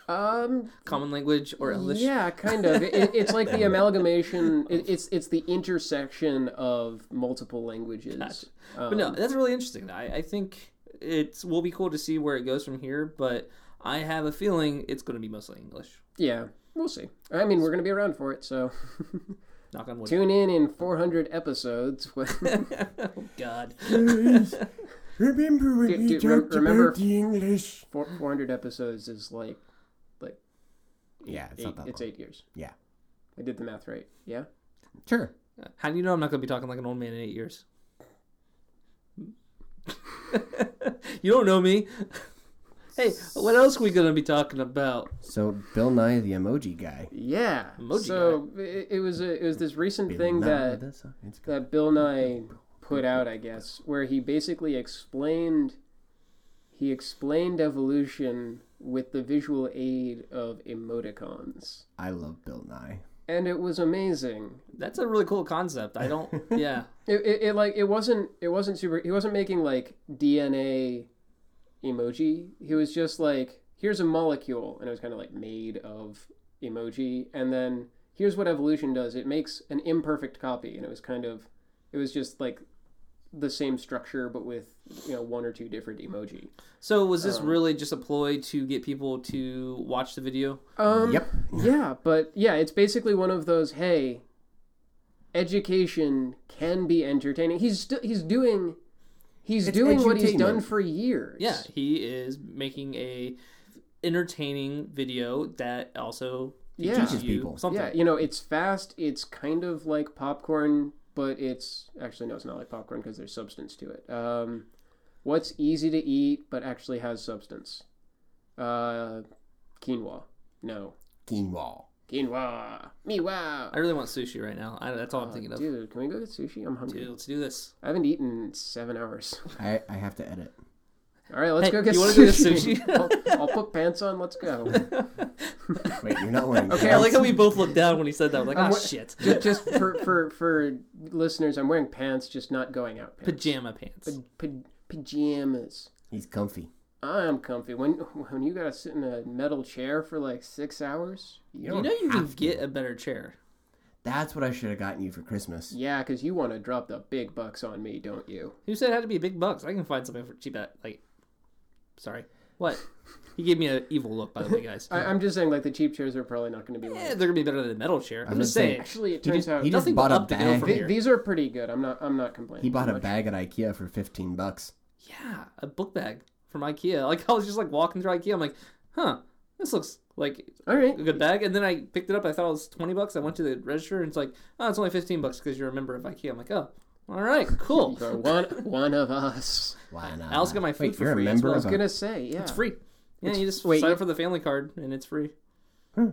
Um,
common language or English?
Yeah, kind of. It- It, it's like the amalgamation. It, it's it's the intersection of multiple languages.
Gotcha.
Um,
But no, that's really interesting. I, I think it's will be cool to see where it goes from here. But I have a feeling it's going to be mostly English.
yeah, we'll see. I mean, we're gonna be around for it, so
Knock on wood.
tune in in 400 episodes. when-
oh God.
Remember when
Dude, we dude, rem- talked remember- about
the English?
Four, 400 episodes is like
Yeah, it's
eight,
not that
it's
long.
eight years.
Yeah.
I did the math right. Yeah.
Sure.
How do you know I'm not going to be talking like an old man in eight years? you don't know me. Hey, what else are we going to be talking about?
So Bill Nye the Emoji Guy.
Yeah.
Emoji
so it, it was a, it was this recent
Bill
thing
Nye,
that
that's- it's good.
that Bill Nye put out, I guess, where he basically explained he explained evolution with the visual aid of emoticons.
I love Bill Nye.
and it was amazing.
That's a really cool concept. I don't. Yeah.
It, it, it like it wasn't it wasn't super. He wasn't making like DNA emoji. He was just like, here's a molecule, and it was kind of like made of emoji, and then here's what evolution does. It makes an imperfect copy, and it was kind of, it was just like the same structure but with you know one or two different emoji.
So was
Uh,
this really just a ploy to get people to watch the video?
Um,
Yep.
Yeah, but yeah, it's basically one of those. Hey, education can be entertaining. He's st- he's doing he's
It's
doing what he's done
edutainment.
for years.
Yeah, he is making a entertaining video that also
Yeah.
teaches
Teaches
you
people.
something.
yeah. You know, it's fast. It's kind of like popcorn, but it's actually no, it's not like popcorn because there's substance to it. Um, what's easy to eat but actually has substance? Uh, quinoa. No,
Quinoa.
quinoa. Miwa.
I really want sushi right now. I, that's all I'm
Uh,
thinking of. Dude.
Dude, can we go get sushi? I'm hungry.
let's do this.
I haven't eaten in seven hours.
I, I have to edit.
All right, let's
Hey,
go get
you wanna
sushi.
go get sushi?
I'll, I'll put pants on. Let's go.
Wait, you're not wearing.
Okay,
I
pants?
like how we both looked down when he said that. We're like,
I'm
oh
wa-
shit,
just, just for for for listeners, I'm wearing pants, just not going out pants.
pajama pants.
Pa- pajamas.
He's comfy.
I'm comfy. When when you gotta sit in a metal chair for like six hours.
You
You
don't
know you can
have to.
get a better chair.
That's what I should have gotten you for Christmas.
Yeah, because you want to drop the big bucks on me, don't you?
Who said it had to be big bucks? I can find something for cheap at like. Sorry, what? He gave me an evil look, by the way, guys.
I, I'm just saying, like the cheap chairs are probably not going to be.
Eh,
Like...
they're gonna be better than a metal chair. I'm
was
just
gonna
saying.
Actually, it
He
turns
just-
out
he just
Nothing
bought
but
a
up to go
bag.
from
th-
here.
these are pretty good. I'm not. I'm not complaining.
He bought
too
a
much.
bag at IKEA for fifteen bucks.
Yeah, a book bag from IKEA. Like I was just like walking through IKEA. I'm like, huh, this looks like
All
a
right.
good bag. And then I picked it up. I thought it was twenty bucks. I went to the register and it's like, oh, it's only fifteen bucks because you're a member of IKEA. I'm like, oh, all right, cool.
You're one one of us.
Why not?
I also got my food
Wait,
for
you're
free
a
as
member
well.
of
I was gonna say, yeah.
It's free. Yeah, you just
wait,
sign
you-
up for the family card and it's free.
Hmm.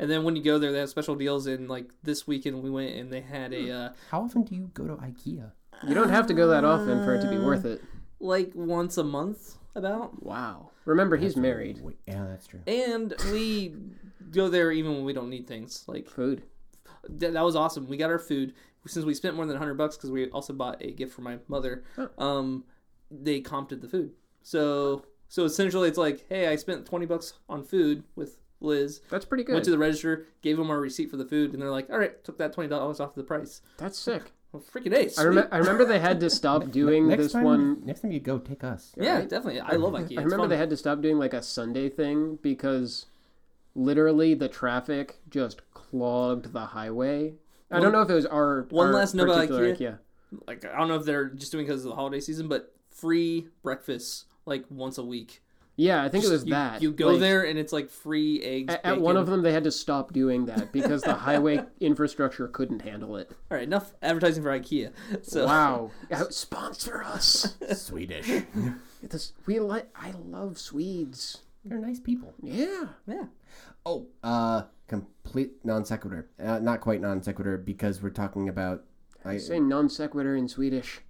And then when you go there, they have special deals. And like this weekend, we went and they had a uh,
a. How often do you go to IKEA?
You don't have to go that often for it to
Uh,
be worth it.
like once a month about.
Wow. Remember, he's married.
Wait, yeah, that's true.
And we go there even when we don't need things. Like
Food.
that, that was awesome. We got our food since we spent more than 100 bucks because we also bought a gift for my mother.
Oh.
Um, they comped the food. So so essentially, it's like, hey, I spent 20 bucks on food with Liz.
That's pretty good.
Went to the register, gave them our receipt for the food, and they're like, all right, took that $20 off the price.
That's sick.
Well, freaking ace.
I, rem- I remember they had to stop doing
next
this
time,
one.
Next time you go, take us.
yeah, definitely. I love IKEA.
I remember they had to stop doing like a Sunday thing because literally the traffic just clogged the highway. I don't know if it was our
One
our
last note about
particular
IKEA. like I don't know if they're just doing because of the holiday season, but free breakfast like once a week.
Yeah, I think it was
you,
that.
you go
Like,
there and it's like free eggs.
At, at one
bacon.
of them, they had to stop doing that because the highway infrastructure couldn't handle it.
All right, enough advertising for IKEA. So
Wow! Sponsor us.
Swedish.
This, we like. I love Swedes.
They're nice people.
Yeah.
yeah,
Oh, uh, complete non sequitur. Uh, not quite non sequitur because we're talking about. I,
Say non sequitur in Swedish.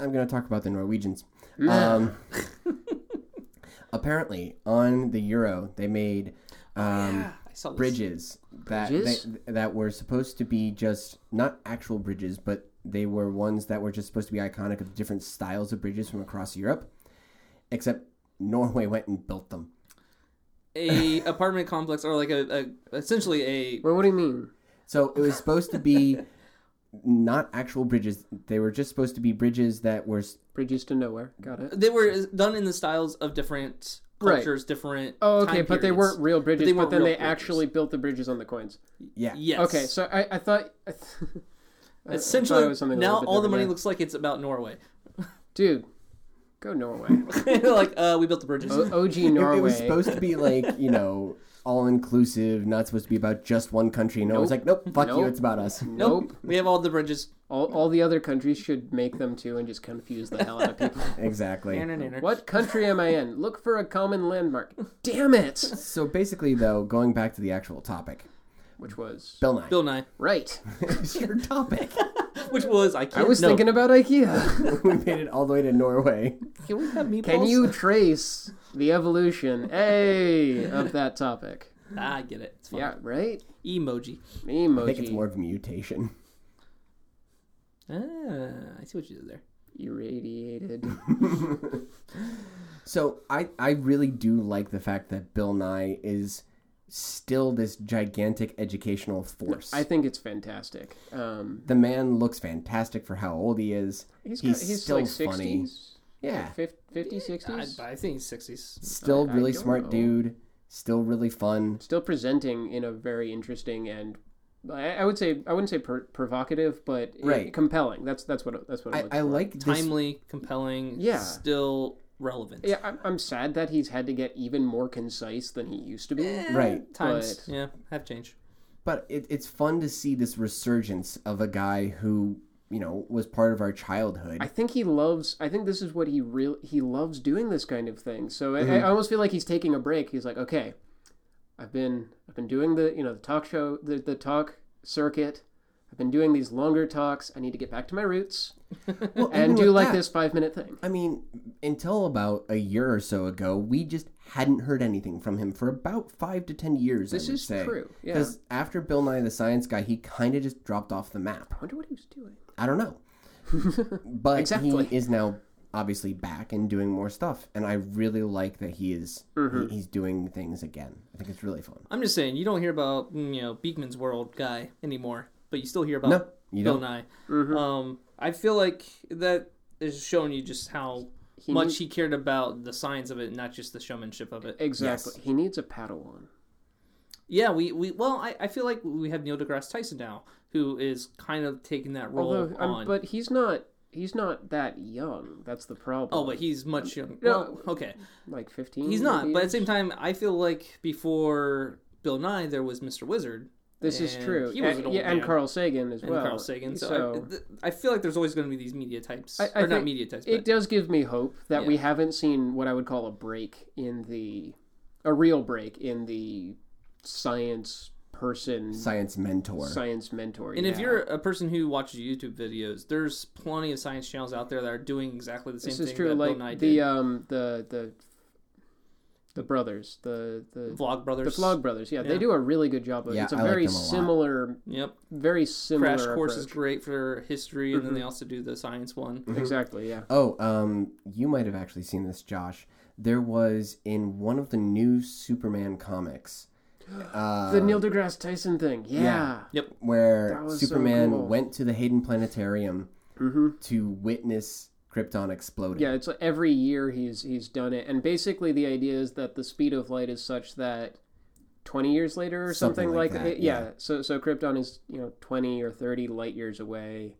I'm going to talk about the Norwegians. Um, apparently, on the Euro, they made um,
yeah. I saw this.
bridges that
Bridges?
That, that were supposed to be just not actual bridges, but they were ones that were just supposed to be iconic of different styles of bridges from across Europe. Except Norway went and built them.
a apartment complex or like a, a essentially a
Well, what do you mean?
So it was supposed to be not actual bridges. They were just supposed to be bridges that were s-
Bridges to nowhere. Got it.
they were done in the styles of different
Right.
cultures, different.
Oh, okay,
time
but they
periods.
weren't real bridges. But,
they weren't
then
real
they
bridges.
actually built the bridges on the coins.
yeah.
Yes.
Okay, so I, I thought. I th- I- I
essentially
thought it was something a
now
little bit
all the
different,
money
yeah.
looks like it's about Norway.
Dude, go Norway.
like uh, we built the bridges.
O- OG
It,
Norway.
it was supposed to be like you know all inclusive, not supposed to be about just one country. No, it's
Nope.
like nope, fuck you,
Nope.
it's about us.
nope.
We have all the bridges.
All, all the other countries should make them too and just confuse the hell out of people.
Exactly.
uh, what country am I in? Look for a common landmark. Damn it!
So basically, though, going back to the actual topic,
Which was
Bill Nye.
Bill Nye,
right.
It's your topic.
which was I
I
can't.
was
no.
thinking about IKEA.
we made it all the way to Norway.
Can we have meatballs?
Can you trace the evolution, a of that topic?
Ah, I get it. It's fine.
Yeah, right.
Emoji.
Emoji.
I think it's more of mutation.
Ah, I see what you did there.
Irradiated.
So I, I really do like the fact that Bill Nye is still this gigantic educational force.
I think it's fantastic. Um,
the man looks fantastic for how old he is.
he's got,
He's
he's,
still
like
funny.
60s,
Yeah.
50, 60s.
I, I think 60s.
Still
I- I
really
don't
smart
know.
dude. Still really fun.
Still presenting in a very interesting and I, I would say I wouldn't say per, provocative, but i-
Right.
compelling. That's that's what that's what
I,
looking
I
for.
like this.
Timely, compelling,
Yeah.
still relevant.
Yeah, I'm, I'm sad that he's had to get even more concise than he used to be.
Right.
Times.
But-
Yeah, have changed.
But it, it's fun to see this resurgence of a guy who, you know, was part of our childhood.
I think he loves. I think this is what he real. He loves doing this kind of thing. So I,
Mm-hmm.
I almost feel like he's taking a break. He's like, okay, I've been I've been doing the you know the talk show the the talk circuit. I've been doing these longer talks. I need to get back to my roots
Well, even
and do
with
like
that,
this five minute thing.
I mean, until about a year or so ago, we just hadn't heard anything from him for about five to ten years. I
This
would
is
say.
true. Yeah.
Because after Bill Nye the Science Guy, he kind of just dropped off the map.
I wonder what he was doing.
I don't know. But
Exactly.
he is now obviously back and doing more stuff, and I really like that he is
Mm-hmm.
he, he's doing things again. I think it's really fun.
I'm just saying, you don't hear about mm, you know Beekman's World guy anymore, but you still hear about
No, you
Bill
don't.
Nye.
Mm-hmm.
Um, I feel like that is showing you just how
He
much
need-
he cared about the science of it, not just the showmanship of it.
Exactly. He needs a Padawan.
Yeah, we, we well, I, I feel like we have Neil deGrasse Tyson now, who is kind of taking that role
Although, um,
on.
but he's not. He's not that young. That's the problem.
oh, but he's much younger.
No.
Well, okay,
like fifteen.
he's not.
maybe?
But at the same time, I feel like before Bill Nye, there was Mr. Wizard.
This is
and
true.
He was
and,
an old
yeah, and
man.
Carl Sagan as
and
well.
Carl Sagan. So, I, th- I feel like there's always going to be these media types,
I- I
or not
think
media types, but
it does give me hope that we haven't seen what I would call a break in the, a real break in the science person,
Science mentor.
science mentor.
And if
yeah.
you're a person who watches YouTube videos, there's plenty of science channels out there that are doing exactly the same
this
thing
is true.
that Bill
Like
Nye
the
did.
um the the, the brothers, the the.
Vlog
The
Brothers.
Vlog Brothers, yeah,
Yeah.
they do a really good job of it.
Yeah,
It's a
I like
very
them a lot.
similar,
Yep.
very similar.
Crash Course is
approach. Mm-hmm.
great for history, and then they also do the science one.
Exactly, yeah.
Oh, um, you might have actually seen this, Josh. There was in one of the new Superman comics. Uh,
the Neil deGrasse Tyson thing, yeah. That
where
was so
Superman
cool.
went to the Hayden Planetarium
Mm-hmm.
to witness Krypton exploding.
Yeah, it's like every year he's he's done it, and basically the idea is that the speed of light is such that twenty years later or something,
Something like
like, that.
that,
it- yeah.
yeah.
so so Krypton is you know twenty or thirty light years away,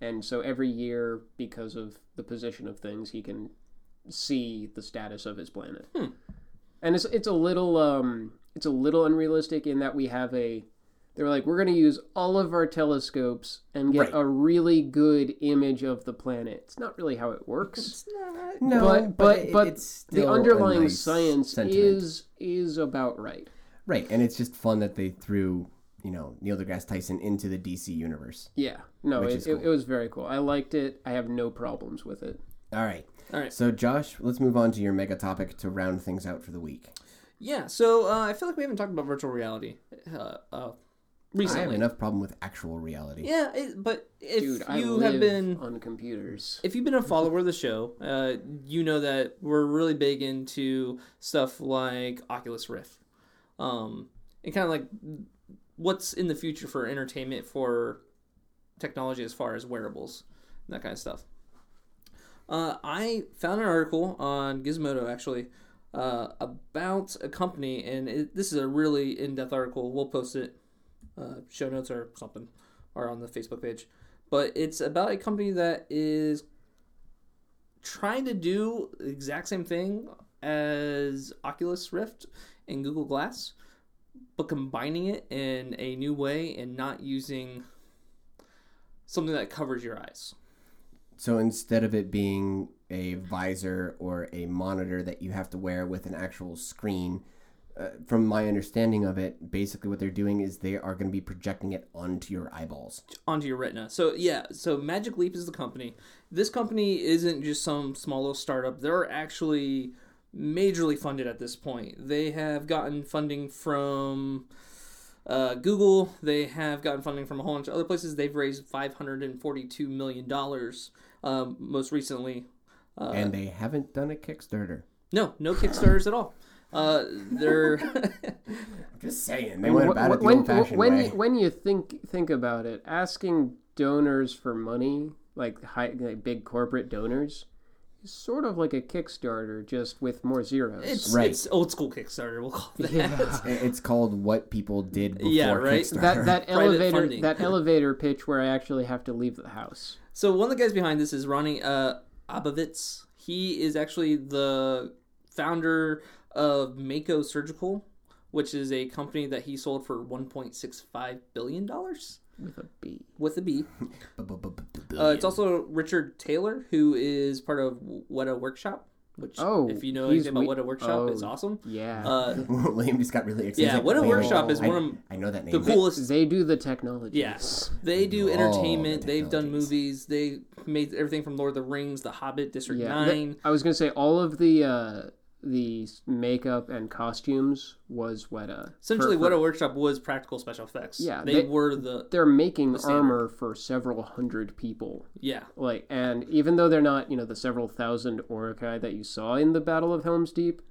and so every year because of the position of things, he can see the status of his planet,
Hmm.
and it's it's a little um it's a little unrealistic in that we have a they were like we're going to use all of our telescopes and get
Right.
a really good image of the planet. It's not really how it works
No,
but but
it-
but
it's
the
still a
underlying
nice
science
sentiment.
is is about right.
right, and it's just fun that they threw you know Neil deGrasse Tyson into the DC universe.
Yeah. No,
Which
it,
is
it,
cool.
it was very cool. I liked it. I have no problems with it.
All right,
All right.
So Josh, let's move on to your mega topic to round things out for the week.
Yeah. So uh, I feel like we haven't talked about virtual reality uh, uh,
I have
recently.
enough problem with actual reality.
yeah, it, but if
Dude, I
you
live
have been
on computers.
If you've been a follower of the show, uh, you know that we're really big into stuff like Oculus Rift, um, and kind of like what's in the future for entertainment for technology as far as wearables and that kind of stuff. Uh, I found an article on Gizmodo actually uh, about a company, and it, this is a really in-depth article. We'll post it uh, show notes or something are on the Facebook page. But it's about a company that is trying to do the exact same thing as Oculus Rift and Google Glass, but combining it in a new way and not using something that covers your eyes.
So instead of it being a visor or a monitor that you have to wear with an actual screen, uh, from my understanding of it, basically what they're doing is they are going to be projecting it onto your eyeballs.
onto your retina. So yeah, so Magic Leap is the company. This company isn't just some small little startup. They're actually majorly funded at this point. They have gotten funding from Uh, Google, they have gotten funding from a whole bunch of other places. They've raised $542 million um, most recently. Uh,
and they haven't done a Kickstarter.
no, no Kickstarters at all. Uh, they're
I'm just saying they went
Wh-
about it the
when,
old-fashioned
when,
way.
when you think think about it, asking donors for money, like, high, like big corporate donors, is sort of like a Kickstarter, just with more zeros.
it's,
Right.
it's old school Kickstarter. We'll call it that.
It- it's called what people did before
Yeah, right?
Kickstarter.
that that
Private
elevator
funding.
that elevator pitch where I actually have to leave the house.
So one of the guys behind this is Ronnie uh, Abovitz. He is actually the founder of Mako Surgical, which is a company that he sold for 1.65 billion dollars
with a B.
with a B.
Bu-bu-bu-bu-bu.
Uh, it's also Richard Taylor, who is part of Weta Workshop. Which,
Oh,
if you know
he's
anything about
we-
Weta Workshop,
oh.
it's awesome.
Yeah.
Uh,
Liam just got really excited.
yeah,
He's
Weta
like, wait, wait,
Workshop is
I-
one of
I know that name.
the coolest
they do the technology.
Yes, they do
All the
entertainment. They've done
technologies.
movies. They made everything from Lord of the Rings, The Hobbit, District
Yeah. th-
Nine.
I was gonna say all of the uh, the s- makeup and costumes was Weta.
Essentially,
For-
what
for-
a workshop was practical special effects.
Yeah,
they,
they-
were the
they're making
standard.
armor for several hundred people.
yeah.
Like, and even though they're not, you know, the several thousand Orokai that you saw in the Battle of Helm's Deep,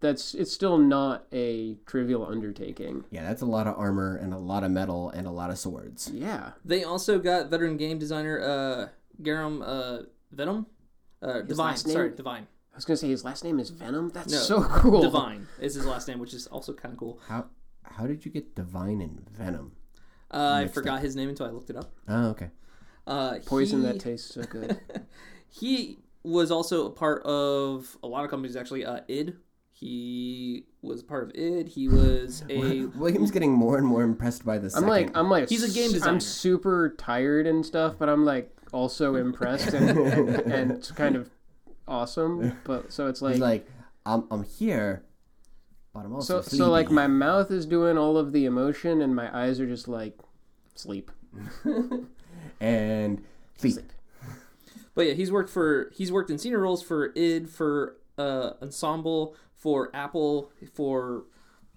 that's it's still not a trivial undertaking.
Yeah, that's a lot of armor and a lot of metal and a lot of swords.
Yeah,
They also got veteran game designer uh, Garam uh, Venom, uh, Divine.
last name-
Sorry, Divine.
I was gonna say his last name is Venom. That's
No,
so cool.
Divine is his last name, which is also kind of cool.
How how did you get divine and venom?
Uh, I forgot his name until I looked it up.
Oh, okay.
Uh,
Poison
he-
that tastes so good.
He was also a part of a lot of companies actually. Uh, id. He was part of id. He was a
William's getting more and more impressed by this.
I'm like, I'm like,
He's a game
s-
designer.
I'm super tired and stuff, but I'm like also impressed and, and, and it's kind of awesome. But so it's like,
He's like, I'm I'm here, but I'm also
so so like
sleepy."
my mouth is doing all of the emotion, and my eyes are just like sleep.
and sleep.
But yeah, he's worked for he's worked in senior roles for id, for uh, ensemble, for Apple, for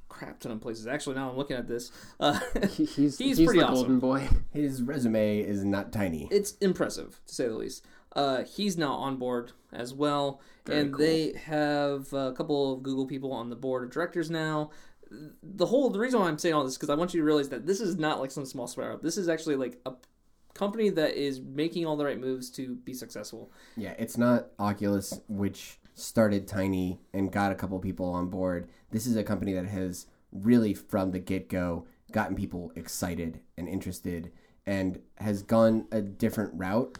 crap ton of places. Actually, now I'm looking at this, uh,
He- He's
He's
he's,
pretty
the golden
awesome.
boy.
His resume is not tiny.
it's impressive to say the least. Uh, he's now on board as well, and they have a couple of Google people on the board of directors now. The whole the reason why I'm saying all this because I want you to realize that this is not like some small startup. This is actually like a company that is making all the right moves to be successful.
Yeah, it's not Oculus, which started tiny and got a couple people on board. This is a company that has really, from the get go, gotten people excited and interested and has gone a different route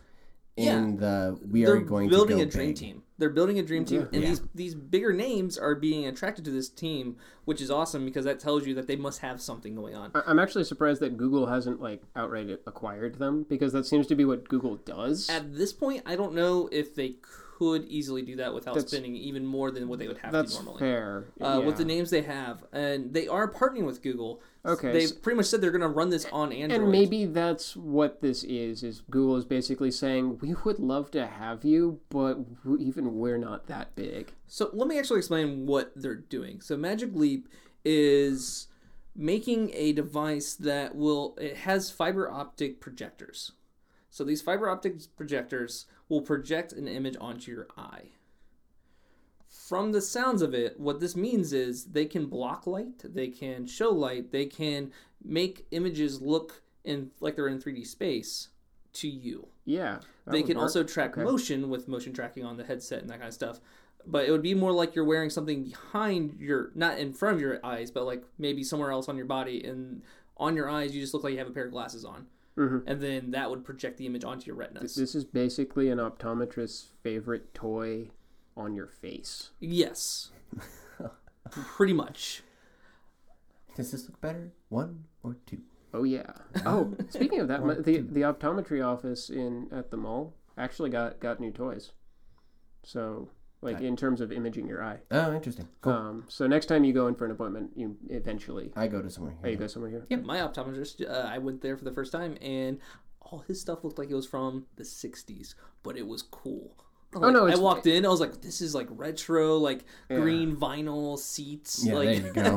in the we are
they're
going
building
to
a
go
dream
big.
team. They're building a dream team, and
Yeah.
these these bigger names are being attracted to this team, which is awesome because that tells you that they must have something going on.
I- I'm actually surprised that Google hasn't like outright acquired them because that seems to be what Google does.
At this point, I don't know if they could easily do that without
That's-
spending even more than what they would have
That's
to normally.
fair. yeah.
Uh, With the names they have, and they are partnering with Google.
Okay,
they've
so-
pretty much said they're going to run this on Android.
And maybe that's what this is. Is Google is basically saying we would love to have you, but w- even we're not that big.
So let me actually explain what they're doing. So Magic Leap is making a device that will it has fiber optic projectors. So these fiber optic projectors will project an image onto your eye. From the sounds of it, what this means is they can block light, they can show light, they can make images look in like they're in 3D space to you
Yeah, that
they
would
can
work.
also track motion with motion tracking on the headset and that kind of stuff but it would be more like you're wearing something behind your not in front of your eyes but like maybe somewhere else on your body and on your eyes you just look like you have a pair of glasses on
Mhm.
and then that would project the image onto your retinas
This is basically an optometrist's favorite toy on your face.
yes pretty much
Does this look better? One or two?
Oh yeah. Oh, speaking of that, my, the the optometry office in at the mall actually got got new toys. So, like in terms of imaging your eye.
Oh, interesting. Cool.
Um, so next time you go in for an appointment, you eventually.
I go to somewhere.
Oh, you
Here.
go somewhere here.
yeah my optometrist uh, i went there for the first time and all his stuff looked like it was from the 60s but it was cool Like,
Oh, no,
I
it's-
walked in. I was like, "This is like retro, like
Yeah.
green vinyl seats."
Yeah,
like,
there you go.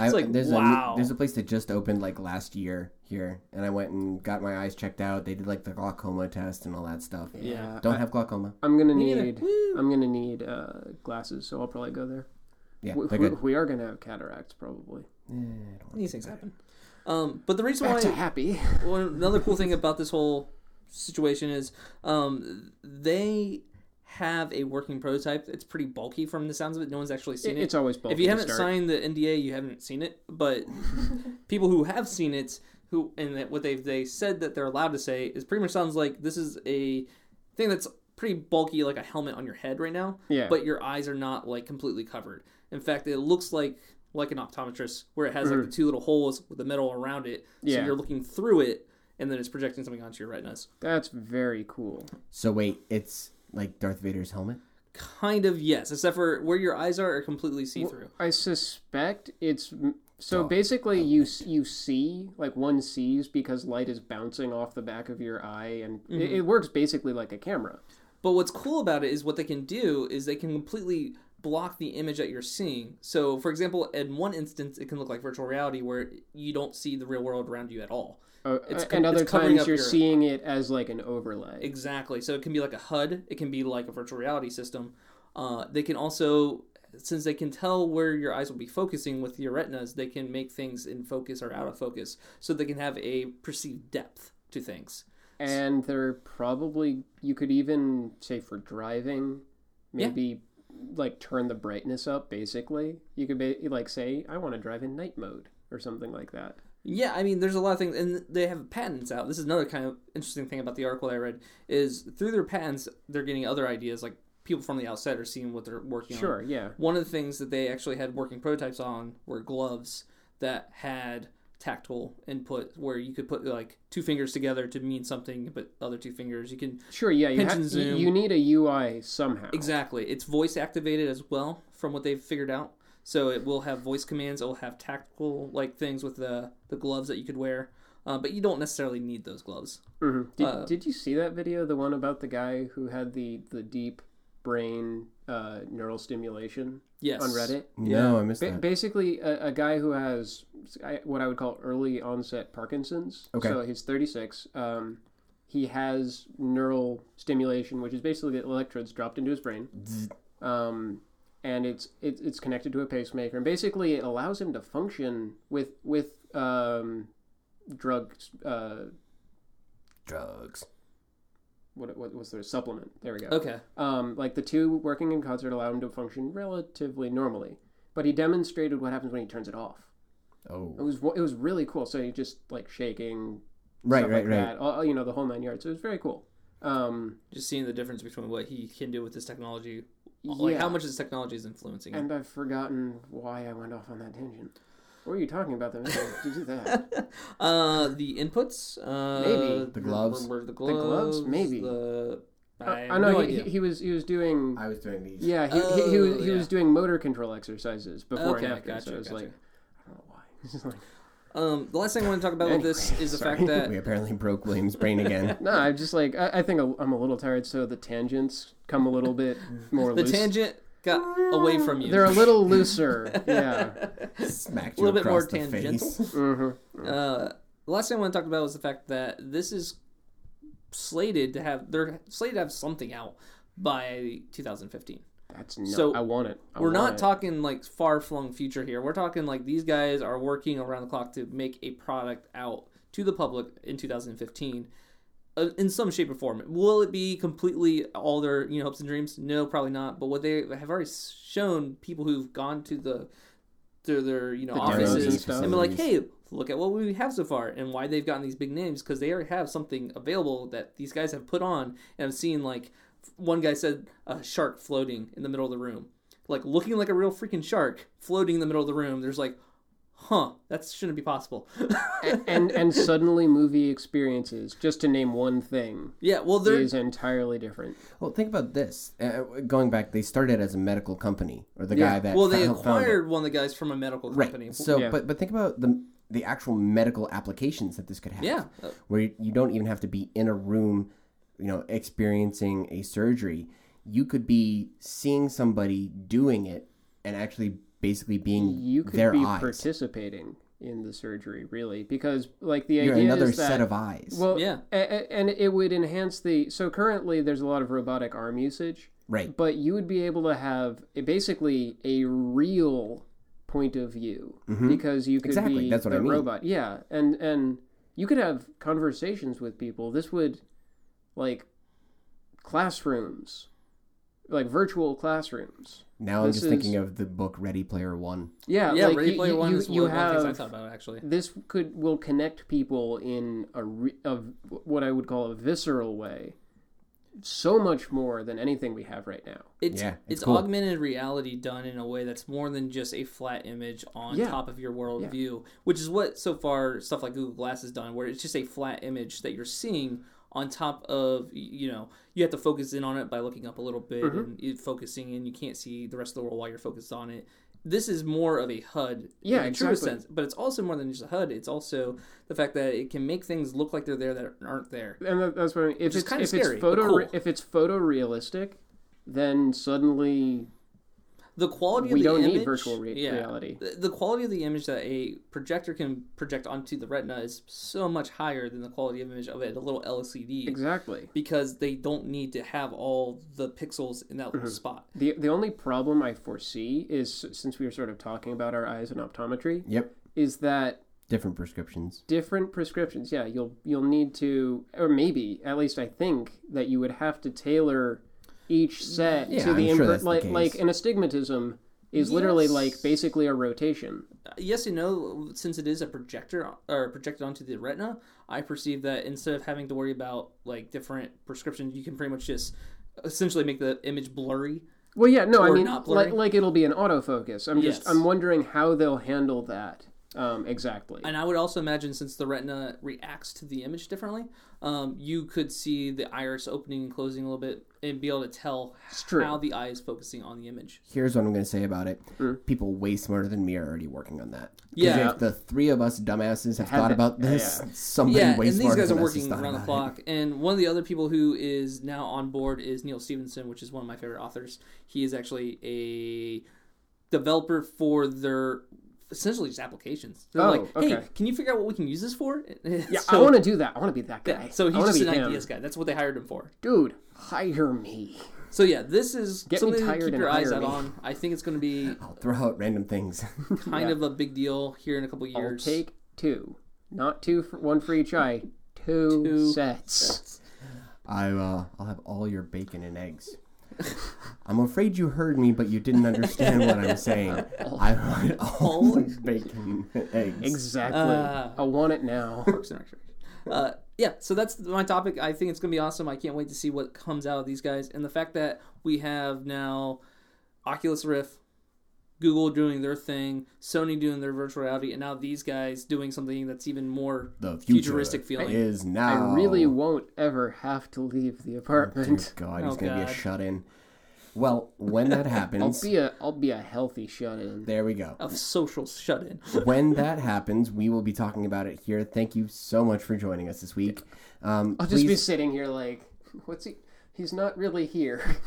I,
it's like
there's
wow.
a there's a place that just opened like last year here, and I went and got my eyes checked out. They did like the glaucoma test and all that stuff.
Yeah.
Don't have glaucoma.
I'm gonna
Me neither.
need
Woo.
I'm gonna need uh, glasses, so I'll probably go there.
Yeah,
We,
they're
we-
good.
we are gonna have cataracts probably.
Eh, I don't
These things happen. Um, but the reason
Back
why
to happy.
well, another cool thing about this whole situation is um, they have a working prototype. It's pretty bulky from the sounds of it. No one's actually seen
It-
it.
it's always bulky
if you
to
haven't
start.
signed the NDA, you haven't seen it. But people who have seen it, who and that what they they said that they're allowed to say is pretty much sounds like this is a thing that's pretty bulky, like a helmet on your head right now.
Yeah.
But your eyes are not like completely covered. In fact, it looks like like an optometrist where it has like the two little holes with the metal around it. So
Mm. Yeah.
you're looking through it, and then it's projecting something onto your retinas.
That's very cool.
So wait, it's like Darth Vader's helmet.
Kind of yes, except for where your eyes are are completely see through.
I suspect it's m- so
Dog
basically you s- you see like one sees because light is bouncing off the back of your eye and it,
Mm-hmm.
it works basically like a camera.
But what's cool about it is what they can do is they can completely block the image that you're seeing. So, for example, in one instance, it can look like virtual reality where you don't see the real world around you at all.
Uh,
It's co-
and
it's
other
covering
times
up
you're
your-
seeing it as like an overlay.
Exactly. So it can be like a HUD. It can be like a virtual reality system. Uh, they can also, since they can tell where your eyes will be focusing with your retinas, they can make things in focus or out of focus, so they can have a perceived depth to things.
and they're probably you could even say for driving
Yeah.
maybe like turn the brightness up basically. You could be like say I want to drive in night mode or something like that.
Yeah, I mean, there's a lot of things, and they have patents out. This is another kind of interesting thing about the article I read is through their patents, they're getting other ideas. Like people from the outside are seeing what they're working on.
Sure, yeah.
One of the things that they actually had working prototypes on were gloves that had tactile input, where you could put like two fingers together to mean something, but other two fingers you can
Sure, yeah, you,
Pinch
ha-
and
you-
zoom.
you need a UI somehow.
Exactly. It's voice activated as well, from what they've figured out. So it will have voice commands. It will have tactical like things with the the gloves that you could wear, uh, but you don't necessarily need those gloves.
Mhm. Did,
Uh,
did you see that video? The one about the guy who had the the deep brain uh, neural stimulation
Yes.
on Reddit.
No, I missed
Ba-
that.
basically, a, a guy who has I- what I would call early onset Parkinson's.
Okay.
So he's 36. Um, he has neural stimulation, which is basically the electrodes dropped into his brain, um, and it's it, it's connected to a pacemaker, and basically it allows him to function with with um, drug uh,
Drugs.
what what was their supplement? There we go.
Okay.
Um, like the two working in concert allow him to function relatively normally, but he demonstrated what happens when he turns it off. It
Oh,
was wo- it was really cool. So he just like shaking,
right,
stuff
right,
like
right.
That. All, you know, the whole nine yards. So it was very cool. Um,
Just seeing the difference between what he can do with this technology, like
Yeah.
how much this technology is influencing him.
and I've forgotten why I went off on that tangent. What were you talking about? That to do that?
Uh, the inputs. Uh,
Maybe.
The gloves.
The gloves.
gloves, maybe.
The, I
I
have
know
no
uh, he,
idea.
he was he was doing.
I was doing these.
Yeah, he, he, he was
Oh,
he
yeah.
was doing motor control exercises before
Okay,
and after.
gotcha,
so it was
gotcha.
like, I don't know why. It's just like,
um, the last thing I want to talk about with this
Anyway,
is the
sorry.
fact that
We apparently broke William's brain again.
No, I'm just like I, I think I'm a little tired, so the tangents come a little bit more
the
loose.
tangent got away from you.
They're a little looser. yeah.
Smacked
A
you
little bit more
across the
tangential.
face.
hmm
Uh, the last thing I want to talk about was the fact that this is slated to have they're slated to have something out by 2015.
That's no,
So,
I want it. I
We're
want
not
it.
talking like far flung future here. We're talking like these guys are working around the clock to make a product out to the public in 2015 uh, in some shape or form. Will it be completely all their you know hopes and dreams? No, probably not. But what they have already shown people who've gone to the to their you know
The demos
offices
and stuff. Mm-hmm.
and been like, hey, look at what we have so far and why they've gotten these big names because they already have something available that these guys have put on. And I've seen like one guy said a shark floating in the middle of the room, like looking like a real freaking shark floating in the middle of the room. There's like, huh, that shouldn't be possible.
and and suddenly movie experiences, just to name one thing,
yeah, well, there
is entirely different.
Well, think about this. Uh, going back, they started as a medical company, or the
Yeah.
guy that
well they
found- found it.
acquired one of the guys from a medical company.
Right. So,
Yeah.
but but think about the the actual medical applications that this could have.
Yeah.
Where you, you don't even have to be in a room, you know, experiencing a surgery. you could be seeing somebody doing it and actually basically being
you could
their
be
eyes.
participating in the surgery really because like the
You're
idea
another
is that
set of eyes.
well
Yeah.
a- a- and it would enhance the so currently there's a lot of robotic arm usage
right.
but you would be able to have a, basically a real point of view because you could
Mm-hmm. Exactly,
be
that's what
the
I mean.
robot. Yeah, and and you could have conversations with people. This would like classrooms, like virtual classrooms.
Now I'm
this
just thinking
is-
of the book Ready Player One.
Yeah,
Yeah,
like,
Ready
you-
Player
you,
One
you,
is one
you
of the things I
have
thought about actually.
this could will connect people in a, re, a what I would call a visceral way, so much more than anything we have right now.
It's
Yeah,
it's,
it's cool.
augmented reality done in a way that's more than just a flat image on
Yeah.
top of your world
Yeah.
view, which is what so far stuff like Google Glass has done, where it's just a flat image that you're seeing on top of y- you know you have to focus in on it by looking up a little bit
Mm-hmm.
and it focusing and you can't see the rest of the world while you're focused on it this is more of a hud
Yeah,
in the truest
exactly.
sense but it's also more than just a hud it's also the fact that it can make things look like they're there that aren't there
and that, that's what I mean. If
is
it's
kinda
if
scary,
it's
but
photo
cool.
if it's photorealistic, then suddenly
the quality
we
of the
don't
image,
need virtual re-
yeah.
reality.
The the quality of the image that a projector can project onto the retina is so much higher than the quality of image of a little LCD
Exactly.
because they don't need to have all the pixels in that
Mm-hmm.
little spot.
the The only problem I foresee is since we were sort of talking about our eyes and optometry,
Yep.
is that
Different prescriptions.
different prescriptions. Yeah, you'll you'll need to, or maybe at least I think that you would have to tailor each set
Yeah,
to the,
I'm sure
imper-
that's the
like
case.
like an astigmatism is literally
Yes.
like basically a rotation.
Uh, Yes and no, since it is a projector or projected onto the retina, I perceive that instead of having to worry about like different prescriptions, you can pretty much just essentially make the image blurry.
Well, yeah, no, I
Or
mean,
not blurry.
like, like it'll be an autofocus. I'm just,
Yes.
I'm wondering how they'll handle that um, exactly.
And I would also imagine since the retina reacts to the image differently, um, you could see the iris opening and closing a little bit and be able to tell
true.
how the eye is focusing on the image.
Here's what I'm going to say about it. People way smarter than me are already working on that. 'Cause
Hmm. Yeah.
If the three of us dumbasses have
Had
thought
that-
about
yeah,
this,
yeah.
somebody
Yeah,
way
and these
smarter
guys are
than us has
working
thought
around the
about it.
clock. And one of the other people who is now on board is Neil Stevenson, which is one of my favorite authors. He is actually a developer for their essentially just applications. They're
Oh,
like, hey,
okay.
can you figure out what we can use this for?
yeah, I
So-
want to do that. I want to be that guy.
so
I
he's
wanna
just
be
an
him.
ideas guy. That's what they hired him for.
Dude, hire me.
So yeah, this is
Get me
something to
tired
keep
and
your eyes
hire
out
me.
on. I think it's going to be
I'll throw out random things.
kind of a big deal here in a couple
I'll
years.
take two, not two, for, one for each eye. Two,
Two
sets.
I, uh, I'll have all your bacon and eggs. I'm afraid you heard me, but you didn't understand what I'm saying. I want all your bacon and eggs.
Exactly.
Ah.
I want it now.
Parks and Recreation. Uh, yeah, so that's my topic. I think it's going to be awesome. I can't wait to see what comes out of these guys, and the fact that we have now Oculus Rift, Google doing their thing, Sony doing their virtual reality, and now these guys doing something that's even more
The future
futuristic feeling.
is
I
now.
really won't ever have to leave the
Dear
apartment.
God,
Oh,
he's going to be
God.
a shut in. Well, when that
I'll
happens,
be a, I'll be a healthy shut-in.
there we go.
Of social shut in.
when that happens, we will be talking about it here. Thank you so much for joining us this week. Um,
I'll just be
please
sitting here like, what's he? He's not really here.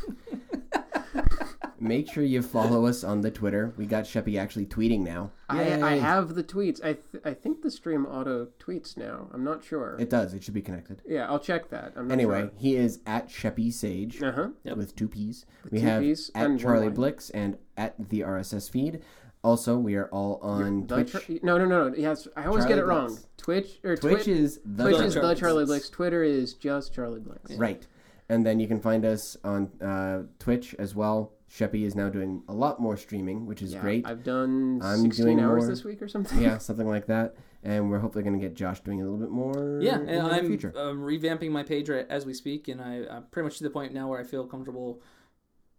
make sure you follow us on the Twitter. We got Sheppy actually tweeting now.
I, I
Yay.
have the tweets. I th- I think the stream auto tweets now. I'm not sure.
It does. It should be connected.
yeah, I'll check that. I'm not
Anyway, he is at Sheppy Sage
sure. Uh huh.
Yep.
with two P's. we
two
have
Ps and
at
one
Charlie
Y.
Blix and at the RSS feed. Also, we are all on Twitch.
no, no, no. Yes, I always get
Charlie
it wrong.
Blitz.
Twitch or Twitch.
Twitch
Twitch,
is the
is the
Charlie
Charlie
Blitz.
Blix. Twitter is just Charlie Blix.
Right. And then you can find us on uh, Twitch as well. Sheppy is now doing a lot more streaming, which is
Yeah,
great.
I've done
I'm
16
doing
hours
more.
this week or something.
yeah, something like that. And we're hopefully going to get Josh doing a little bit more.
Yeah,
in
and
the
I'm,
future.
um revamping my page right, as we speak, and I, I'm pretty much to the point now where I feel comfortable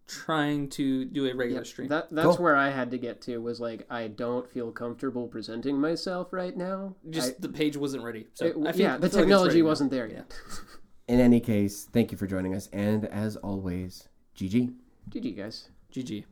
trying to do a regular stream.
That
Cool.
that's where I had to get to was like I don't feel comfortable presenting myself right now.
Just the page wasn't ready. So
I- it-
I feel,
yeah, the
I feel like it's
technology
ready now.
wasn't there yet.
In any case, thank you for joining us, and as always, GG.
GG guys.
GG.